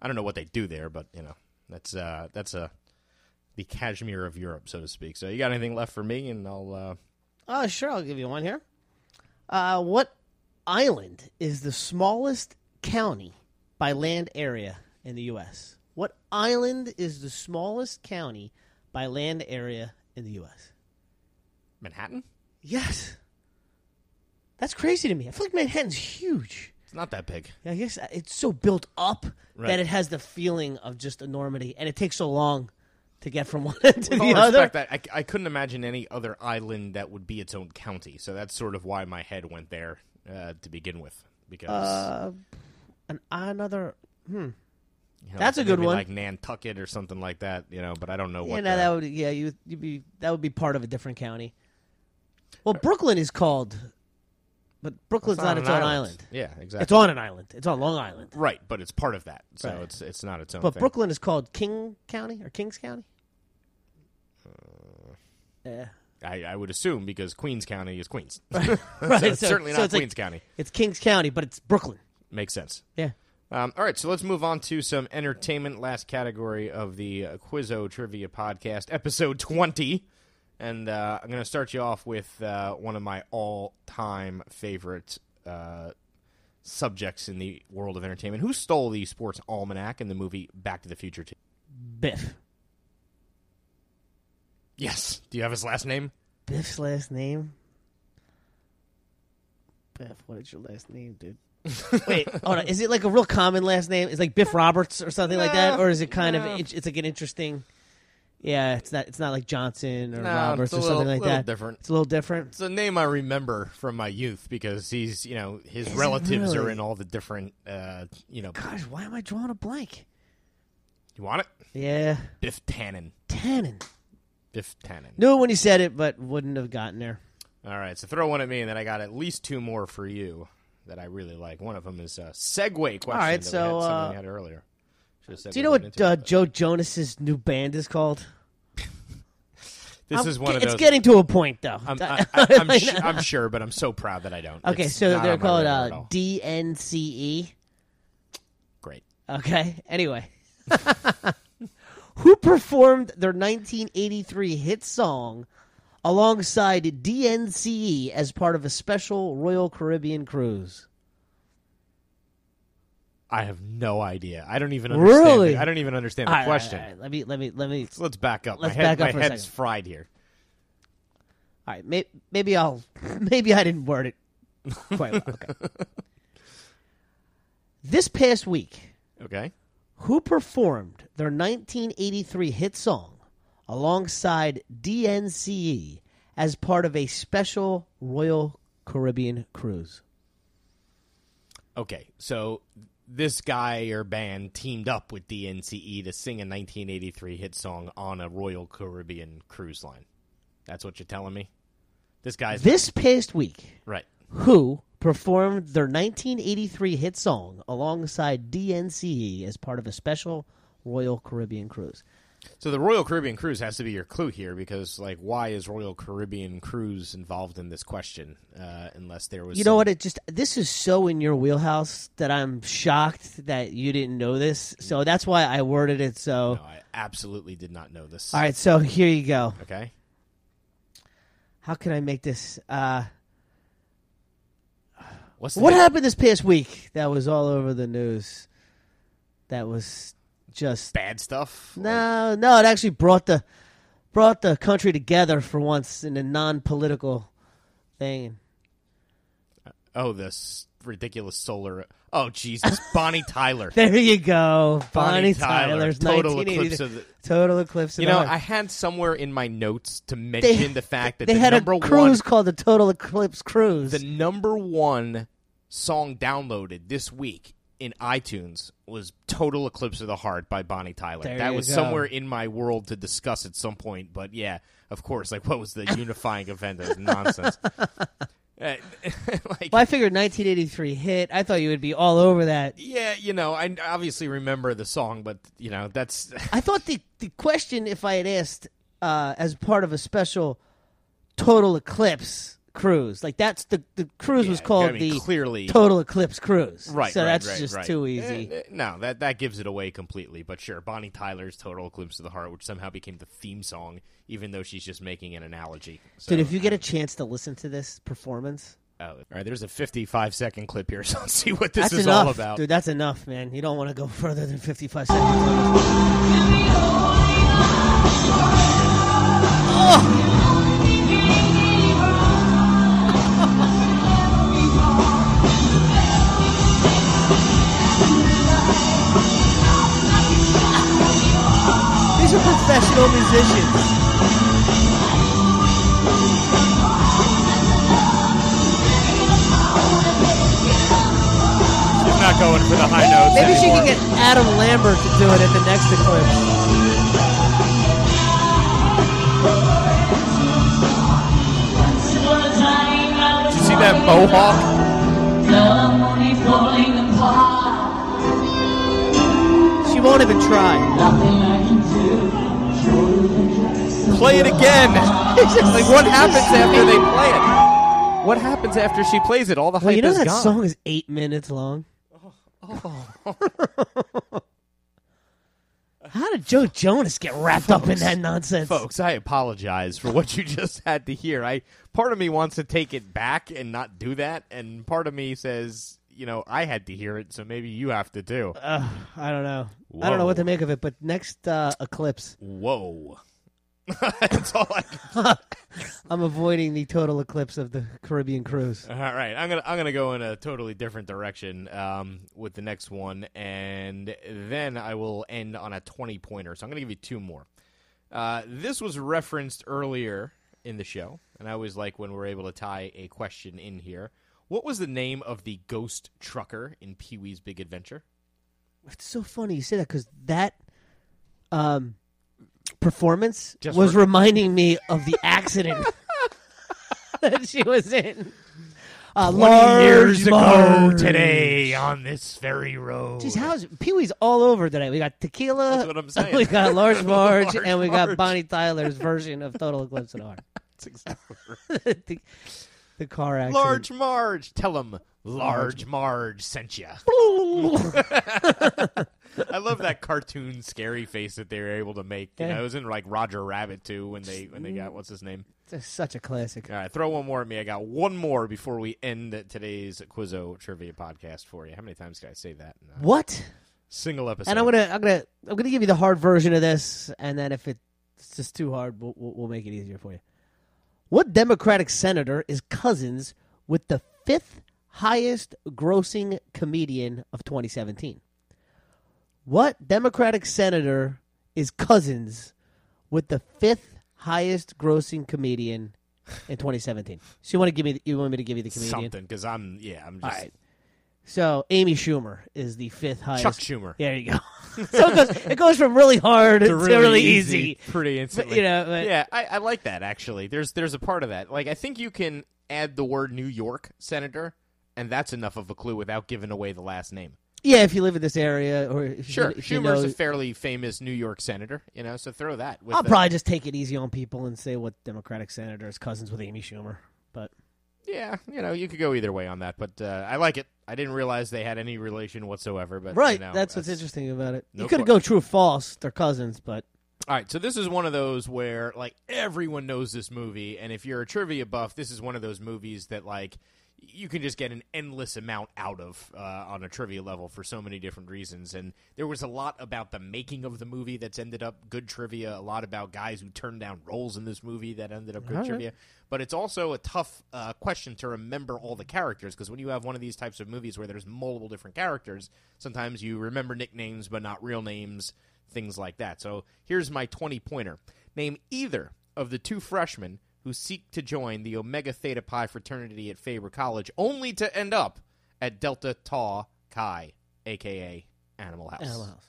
Speaker 4: I don't know what they do there, but you know, that's uh, that's uh, the Kashmir of Europe, so to speak. So you got anything left for me? And I'll uh,
Speaker 5: Oh, sure, I'll give you one here. Uh, what island is the smallest county by land area in the U.S.? What island is the smallest county by land area in the U.S.?
Speaker 4: Manhattan.
Speaker 5: Yes. That's crazy to me. I feel like Manhattan's huge.
Speaker 4: It's not that big.
Speaker 5: Yeah, I guess it's so built up
Speaker 4: Right.
Speaker 5: that it has the feeling of just enormity, and it takes so long to get from (laughs) one end to
Speaker 4: With
Speaker 5: the
Speaker 4: all
Speaker 5: other.
Speaker 4: respect, I, I couldn't imagine any other island that would be its own county. So that's sort of why my head went there uh, to begin with. Because
Speaker 5: Uh, An another
Speaker 4: you know,
Speaker 5: that's a
Speaker 4: maybe
Speaker 5: good one.
Speaker 4: like Nantucket or something like that, you know. But I don't know what.
Speaker 5: Yeah, no,
Speaker 4: the-
Speaker 5: that would yeah, you you'd be that would be part of a different county. Well, Brooklyn is called, but Brooklyn's not,
Speaker 4: Uh, on
Speaker 5: its
Speaker 4: an
Speaker 5: own island.
Speaker 4: Yeah, exactly.
Speaker 5: It's on an island. It's on Long Island.
Speaker 4: right, but it's part of that, so
Speaker 5: Right.
Speaker 4: it's it's not its own.
Speaker 5: But
Speaker 4: thing.
Speaker 5: Brooklyn is called King County or Kings County.
Speaker 4: Uh,
Speaker 5: Yeah,
Speaker 4: I, I would assume because Queens County is Queens,
Speaker 5: (laughs)
Speaker 4: (laughs)
Speaker 5: right.
Speaker 4: so it's certainly
Speaker 5: so
Speaker 4: not
Speaker 5: it's like-
Speaker 4: Queens County.
Speaker 5: It's Kings County, but it's Brooklyn.
Speaker 4: Makes sense.
Speaker 5: Yeah.
Speaker 4: Um, all right, so let's move on to some entertainment. Last category of the uh, Quizzo Trivia Podcast, episode twenty, and uh, I'm going to start you off with uh, one of my all-time favorite uh, subjects in the world of entertainment. Who stole the sports almanac in the movie Back to the Future? Two?
Speaker 5: Biff.
Speaker 4: Yes. Do you have his last name?
Speaker 5: Biff's last name. Biff, what is your last name, dude? Wait, hold on. Is it like a real common last name? Is like Biff Roberts or something like that,
Speaker 4: No,
Speaker 5: or is it kind
Speaker 4: no.
Speaker 5: of it's, it's like an interesting? Yeah, it's not it's not like Johnson or
Speaker 4: No, it's
Speaker 5: Roberts
Speaker 4: a
Speaker 5: or
Speaker 4: little-
Speaker 5: something like
Speaker 4: little
Speaker 5: that.
Speaker 4: different.
Speaker 5: It's a little different.
Speaker 4: It's a name I remember from my youth because he's, you know, his
Speaker 5: it
Speaker 4: relatives are
Speaker 5: really?
Speaker 4: in all the different, uh, you know.
Speaker 5: Gosh, why am I drawing a blank?
Speaker 4: You want it?
Speaker 5: Yeah,
Speaker 4: Biff Tannen.
Speaker 5: Tannen.
Speaker 4: Biff Tannen.
Speaker 5: Knew it when you said it, but wouldn't have gotten there.
Speaker 4: All right, so throw one at me, and then I got at least two more for you that I really like. One of them is a segue question.
Speaker 5: All right,
Speaker 4: that
Speaker 5: so,
Speaker 4: we had, something we
Speaker 5: uh,
Speaker 4: had earlier. Should've segued
Speaker 5: Do you know
Speaker 4: right
Speaker 5: what
Speaker 4: into
Speaker 5: uh,
Speaker 4: it, but
Speaker 5: Joe Jonas's new band is called?
Speaker 4: this
Speaker 5: I'm
Speaker 4: is one
Speaker 5: ge-
Speaker 4: of those.
Speaker 5: It's getting to a point though.
Speaker 4: I'm,
Speaker 5: (laughs)
Speaker 4: I, I, I'm, su- I'm sure, but I'm so proud that I don't.
Speaker 5: okay,
Speaker 4: It's
Speaker 5: so
Speaker 4: not
Speaker 5: they're
Speaker 4: on my
Speaker 5: called
Speaker 4: radar at
Speaker 5: uh,
Speaker 4: all.
Speaker 5: DNCE.
Speaker 4: Great.
Speaker 5: E. Okay. (laughs) Anyway, who performed their 1983 hit song alongside DNCE E as part of a special Royal Caribbean cruise?
Speaker 4: I have no idea. I don't even understand.
Speaker 5: Really?
Speaker 4: The, I don't even understand
Speaker 5: All
Speaker 4: the
Speaker 5: right,
Speaker 4: question.
Speaker 5: all right, all right, let me let me let me.
Speaker 4: So let's back up.
Speaker 5: Let's
Speaker 4: my head,
Speaker 5: back up
Speaker 4: my
Speaker 5: for a
Speaker 4: head's
Speaker 5: second.
Speaker 4: fried here.
Speaker 5: All right, may, maybe I'll (laughs) maybe I didn't word it quite well. (laughs) Okay. this past week,
Speaker 4: Okay.
Speaker 5: who performed their 1983 hit song alongside DNCE E as part of a special Royal Caribbean cruise.
Speaker 4: Okay, so this guy or band teamed up with DNCE E to sing a 1983 hit song on a Royal Caribbean cruise line. That's what you're telling me. This guy's
Speaker 5: This past week,
Speaker 4: right.
Speaker 5: who performed their 1983 hit song alongside DNCE E as part of a special Royal Caribbean cruise?
Speaker 4: So the Royal Caribbean cruise has to be your clue here because, like, why is Royal Caribbean cruise involved in this question? Uh, unless there was,
Speaker 5: You
Speaker 4: some-
Speaker 5: know what? It just this is so in your wheelhouse that I'm shocked that you didn't know this. So that's why I worded it so.
Speaker 4: No, I absolutely did not know this.
Speaker 5: All right, so here you go.
Speaker 4: Okay.
Speaker 5: How can I make this? Uh,
Speaker 4: What's the
Speaker 5: what
Speaker 4: name?
Speaker 5: happened this past week that was all over the news? That was just
Speaker 4: Bad stuff. Like,
Speaker 5: no, no. It actually brought the brought the country together for once in a non political thing.
Speaker 4: Oh, this ridiculous solar. Oh, (laughs) Jesus, Bonnie Tyler.
Speaker 5: (laughs) There you go,
Speaker 4: Bonnie
Speaker 5: Bonnie,
Speaker 4: Tyler,
Speaker 5: Tyler's
Speaker 4: Total
Speaker 5: 1980.
Speaker 4: Eclipse of the-
Speaker 5: Total Eclipse of
Speaker 4: You
Speaker 5: the
Speaker 4: know,
Speaker 5: Heart.
Speaker 4: I had somewhere in my notes to mention the fact that
Speaker 5: they
Speaker 4: the
Speaker 5: had a
Speaker 4: number
Speaker 5: cruise
Speaker 4: one,
Speaker 5: called the Total Eclipse Cruise.
Speaker 4: the number one song downloaded this week in iTunes was "Total Eclipse of the Heart" by Bonnie Tyler.
Speaker 5: There
Speaker 4: that
Speaker 5: you
Speaker 4: was
Speaker 5: go.
Speaker 4: somewhere in my world to discuss at some point, but yeah, of course. Like, what was
Speaker 5: (laughs)
Speaker 4: the unifying event? That was nonsense. Uh, (laughs) like,
Speaker 5: well, I figured 1983 hit. I thought you would be all over that.
Speaker 4: yeah, you know, I obviously remember the song, but you know, that's
Speaker 5: I thought the, the question, if I had asked uh, as part of a special Total Eclipse cruise, like that's the the cruise was
Speaker 4: Yeah,
Speaker 5: called
Speaker 4: I mean,
Speaker 5: the
Speaker 4: clearly-
Speaker 5: Total Eclipse cruise.
Speaker 4: Right.
Speaker 5: So
Speaker 4: right,
Speaker 5: that's
Speaker 4: right,
Speaker 5: just
Speaker 4: right.
Speaker 5: too easy.
Speaker 4: Eh, eh, no, that that gives it away completely. But sure, Bonnie Tyler's "Total Eclipse of the Heart," which somehow became the theme song, even though she's just making an analogy. So,
Speaker 5: Dude, if you get a chance to listen to this performance,
Speaker 4: oh, all right, there's a 55 second clip here, (laughs) so let's see what this
Speaker 5: that's
Speaker 4: is
Speaker 5: enough,
Speaker 4: all about.
Speaker 5: dude. That's enough, man. You don't want to go further than 55 seconds. Oh. on this. Oh. These are professional musicians.
Speaker 4: She's not going for the high notes
Speaker 5: Maybe she
Speaker 4: anymore.
Speaker 5: can get Adam Lambert to do it at the next eclipse.
Speaker 4: Did you see that mohawk?
Speaker 5: She won't even try.
Speaker 4: Play it
Speaker 5: (laughs)
Speaker 4: again. like what happens after they play it? What happens after she plays it? All the hype
Speaker 5: Well, you know
Speaker 4: is
Speaker 5: that
Speaker 4: gone.
Speaker 5: song is eight minutes (laughs) long. How did Joe Jonas get wrapped up in that nonsense?
Speaker 4: Folks, I apologize for what you (laughs) just had to hear. I part of me wants to take it back and not do that, and part of me says, you know, I had to hear it, so maybe you have to too.
Speaker 5: I don't know. I don't know what to
Speaker 4: Whoa.
Speaker 5: make of it. But next uh,
Speaker 4: (laughs)
Speaker 5: eclipse, (laughs)
Speaker 4: Whoa, that's all. I can-
Speaker 5: I'm avoiding the total eclipse of the Caribbean cruise.
Speaker 4: all Uh-huh, right, I'm gonna I'm gonna go in a totally different direction um, with the next one, and then I will end on a twenty pointer. So I'm gonna give you two more. Uh, this was referenced earlier in the show, and I always like when we're able to tie a question in here. What was the name of the ghost trucker in Pee Wee's Big Adventure?
Speaker 5: It's so funny you say that because that um, performance
Speaker 4: Just
Speaker 5: was
Speaker 4: re-
Speaker 5: reminding me of the accident (laughs) that she was in. Uh, large Mars.
Speaker 4: today on this very road.
Speaker 5: Jeez, how's Pee Wee's all over today? We got tequila.
Speaker 4: That's what I'm saying.
Speaker 5: (laughs) We got
Speaker 4: (laughs)
Speaker 5: large Marge,
Speaker 4: Large
Speaker 5: and we got
Speaker 4: Marge.
Speaker 5: Bonnie Tyler's version of Total Eclipse of the Heart.
Speaker 4: (laughs) That's
Speaker 5: (laughs)
Speaker 4: exactly right.
Speaker 5: the, the car accident.
Speaker 4: Large Marge, tell him Large Marge sent you. (laughs) I love that cartoon scary face that they were able to make. You
Speaker 5: Yeah. Mm-hmm.
Speaker 4: know, it was in like Roger Rabbit too when they when they got what's his name.
Speaker 5: It's such a classic.
Speaker 4: All right, throw one more at me. I got one more before we end today's Quizzo trivia podcast for you. How many times did I say that? In a
Speaker 5: What?
Speaker 4: single episode.
Speaker 5: And I'm gonna, I'm gonna, I'm gonna give you the hard version of this, and then if it's just too hard, we'll, we'll we'll make it easier for you. What Democratic senator is cousins with the fifth highest grossing comedian of 2017? What Democratic senator is cousins with the fifth highest grossing comedian in 2017? So you want to give me, the, you want me to give you the comedian?
Speaker 4: something because I'm yeah I'm
Speaker 5: All
Speaker 4: just
Speaker 5: right. So Amy Schumer is the fifth highest.
Speaker 4: Chuck Schumer.
Speaker 5: There you go. (laughs) so it goes, it goes from really hard to really, easy.
Speaker 4: pretty instantly.
Speaker 5: you know, but-
Speaker 4: yeah, I, I like that actually. There's there's a part of that. Like I think you can add the word New York senator, and that's enough of a clue without giving away the last name.
Speaker 5: Yeah, if you live in this area or if
Speaker 4: Sure,
Speaker 5: you, if you
Speaker 4: Schumer's
Speaker 5: know-
Speaker 4: a fairly famous New York senator, you know, so throw that. With
Speaker 5: I'll
Speaker 4: the-
Speaker 5: probably just take it easy on people and say what Democratic senator is cousins with Amy Schumer. But
Speaker 4: yeah, you know, you could go either way on that, but uh, I like it. I didn't realize they had any relation whatsoever, but you
Speaker 5: right,
Speaker 4: know,
Speaker 5: that's what's interesting about it.
Speaker 4: No
Speaker 5: you could
Speaker 4: que-
Speaker 5: go true or false. They're cousins, but
Speaker 4: All right, so this is one of those where like everyone knows this movie, and if you're a trivia buff, this is one of those movies that like you can just get an endless amount out of uh, on a trivia level for so many different reasons. And there was a lot about the making of the movie that's ended up good trivia, a lot about guys who turned down roles in this movie that ended up good
Speaker 5: All right.
Speaker 4: trivia. But it's also a tough uh, question to remember all the characters because when you have one of these types of movies where there's multiple different characters, sometimes you remember nicknames but not real names, things like that. So here's my 20 pointer Name either of the two freshmen who seek to join the Omega Theta Pi fraternity at Faber College only to end up at Delta Tau Chi, aka Animal House.
Speaker 5: Animal House.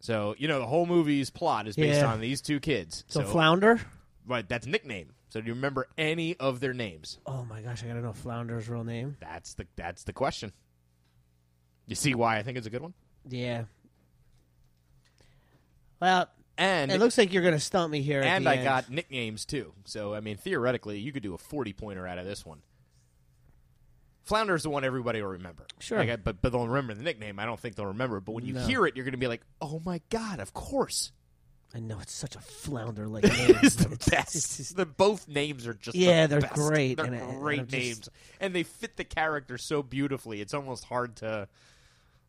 Speaker 4: So, you know, the whole movie's plot is based
Speaker 5: Yeah.
Speaker 4: on these two kids.
Speaker 5: So, Flounder.
Speaker 4: Right, that's a nickname. So do you remember any of their names?
Speaker 5: Oh my gosh, I gotta know Flounder's real name.
Speaker 4: That's the that's the question. You see why I think it's a good one?
Speaker 5: Yeah. Well,
Speaker 4: And
Speaker 5: it looks like you're gonna stump me here. at
Speaker 4: and
Speaker 5: the
Speaker 4: I
Speaker 5: end.
Speaker 4: got nicknames too. So I mean theoretically you could do a forty pointer out of this one. Flounder's the one everybody will remember.
Speaker 5: Sure.
Speaker 4: Like, I- but but they'll remember the nickname. I don't think they'll remember. it. But when you
Speaker 5: No.
Speaker 4: hear it, you're gonna be like, Oh my god, of course. (laughs)
Speaker 5: I know it's such a flounder like name.
Speaker 4: It's the
Speaker 5: (laughs) It's-
Speaker 4: best.
Speaker 5: it's just-
Speaker 4: the both names are just
Speaker 5: Yeah,
Speaker 4: the
Speaker 5: they're
Speaker 4: best.
Speaker 5: great,
Speaker 4: They're
Speaker 5: and I- and
Speaker 4: great
Speaker 5: I'm just-
Speaker 4: names, and they fit the character so beautifully. It's almost hard to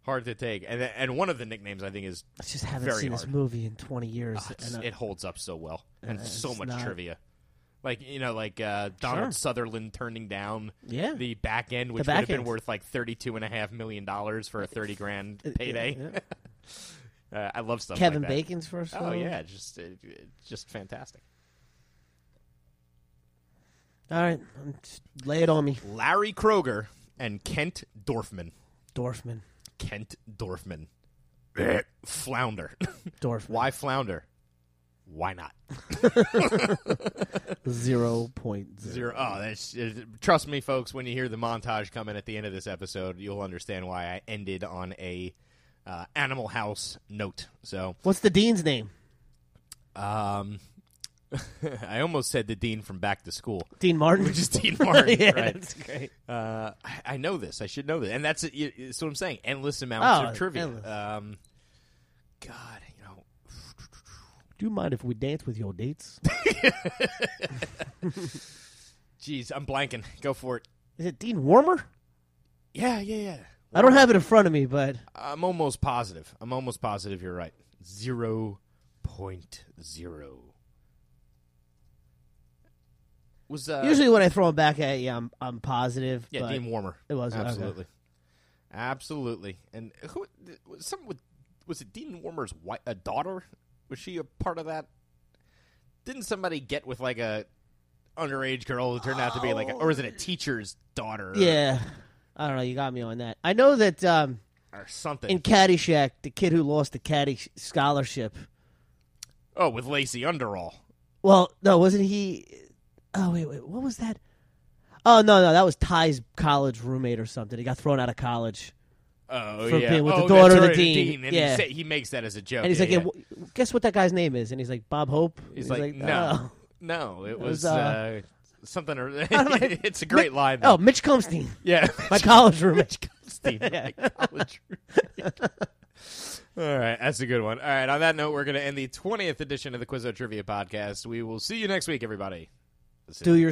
Speaker 4: hard to take. And and one of the nicknames I think is
Speaker 5: I just haven't
Speaker 4: very
Speaker 5: seen
Speaker 4: hard. Ah,
Speaker 5: this movie in 20 years.
Speaker 4: Oh, It's-
Speaker 5: and, uh,
Speaker 4: it holds up so well and
Speaker 5: it's
Speaker 4: so much
Speaker 5: not-
Speaker 4: trivia. Like you know, like uh, Donald Sutherland turning down
Speaker 5: Yeah.
Speaker 4: the back end, which
Speaker 5: back
Speaker 4: would have been
Speaker 5: end.
Speaker 4: worth like thirty two and a half million dollars for a thirty grand payday.
Speaker 5: yeah,
Speaker 4: (laughs) uh, I love stuff.
Speaker 5: Kevin
Speaker 4: like that.
Speaker 5: Bacon's first
Speaker 4: Oh
Speaker 5: film?
Speaker 4: yeah, just uh, just fantastic.
Speaker 5: All right, um, just lay it on me.
Speaker 4: Larry Kroger and Kent Dorfman.
Speaker 5: Dorfman.
Speaker 4: Kent Dorfman. flounder. (laughs)
Speaker 5: Dorfman.
Speaker 4: Why flounder? Why not?
Speaker 5: Zero point zero.
Speaker 4: Zero. Oh, that's, trust me, folks. When you hear the montage coming at the end of this episode, you'll understand why I ended on a uh, Animal House note. So (laughs)
Speaker 5: What's the dean's name?
Speaker 4: um, I almost said the dean from Back to School, (laughs)
Speaker 5: Dean Martin.
Speaker 4: which is
Speaker 5: (laughs)
Speaker 4: Dean Martin.
Speaker 5: yeah,
Speaker 4: right?
Speaker 5: that's great.
Speaker 4: Uh, I- I know this. I should know this, and that's it, you- it's what I'm saying. Endless amounts
Speaker 5: Oh,
Speaker 4: of trivia.
Speaker 5: endless.
Speaker 4: Um, God, you know,
Speaker 5: Do you mind if we dance with your dates?
Speaker 4: Jeez, I'm blanking. Go for it.
Speaker 5: Is it Dean Warmer?
Speaker 4: Yeah, yeah, yeah.
Speaker 5: I don't have it in front of me, but
Speaker 4: I'm almost positive. I'm almost positive you're right. Zero point zero. Was uh,
Speaker 5: usually when I throw them back at you, I'm I'm positive.
Speaker 4: yeah,
Speaker 5: but
Speaker 4: Dean Warmer.
Speaker 5: It was, okay.
Speaker 4: absolutely, absolutely. And who? th- was Some with was it Dean Warmer's wife, a daughter? Was she a part of that? Didn't somebody get with like a underage girl who turned out to be like, a, or was it a teacher's daughter?
Speaker 5: Uh, Yeah, I don't know. You got me on that. I know that um,
Speaker 4: or something.
Speaker 5: in Caddyshack, the kid who lost the Caddy scholarship.
Speaker 4: oh, with Lacey Underall.
Speaker 5: Well, no, wasn't he? Oh wait, wait, what was that? Oh no, no, that was Ty's college roommate or something. He got thrown out of college,
Speaker 4: Oh
Speaker 5: for
Speaker 4: yeah,
Speaker 5: being with the
Speaker 4: Oh, that's
Speaker 5: daughter of the
Speaker 4: right,
Speaker 5: dean.
Speaker 4: and he,
Speaker 5: Yeah.
Speaker 4: say, he makes that as a joke.
Speaker 5: and he's
Speaker 4: yeah,
Speaker 5: like,
Speaker 4: yeah.
Speaker 5: "And wh- "Guess what that guy's name is?" And "Oh." he's like, "Bob Hope."
Speaker 4: he's, like,
Speaker 5: (laughs)
Speaker 4: no, no, it was,
Speaker 5: was,
Speaker 4: uh,
Speaker 5: uh,
Speaker 4: something.
Speaker 5: (laughs)
Speaker 4: Or,
Speaker 5: like,
Speaker 4: (laughs) it's a great line.
Speaker 5: Oh,
Speaker 4: Though.
Speaker 5: oh Mitch Comstein, (laughs)
Speaker 4: yeah,
Speaker 5: my college roommate.
Speaker 4: (laughs) Steve, my college roommate. All right, that's a good one. All right, on that note, we're going to end the twentieth edition of the Quizzo Trivia Podcast. We will see you next week, everybody.
Speaker 5: Do your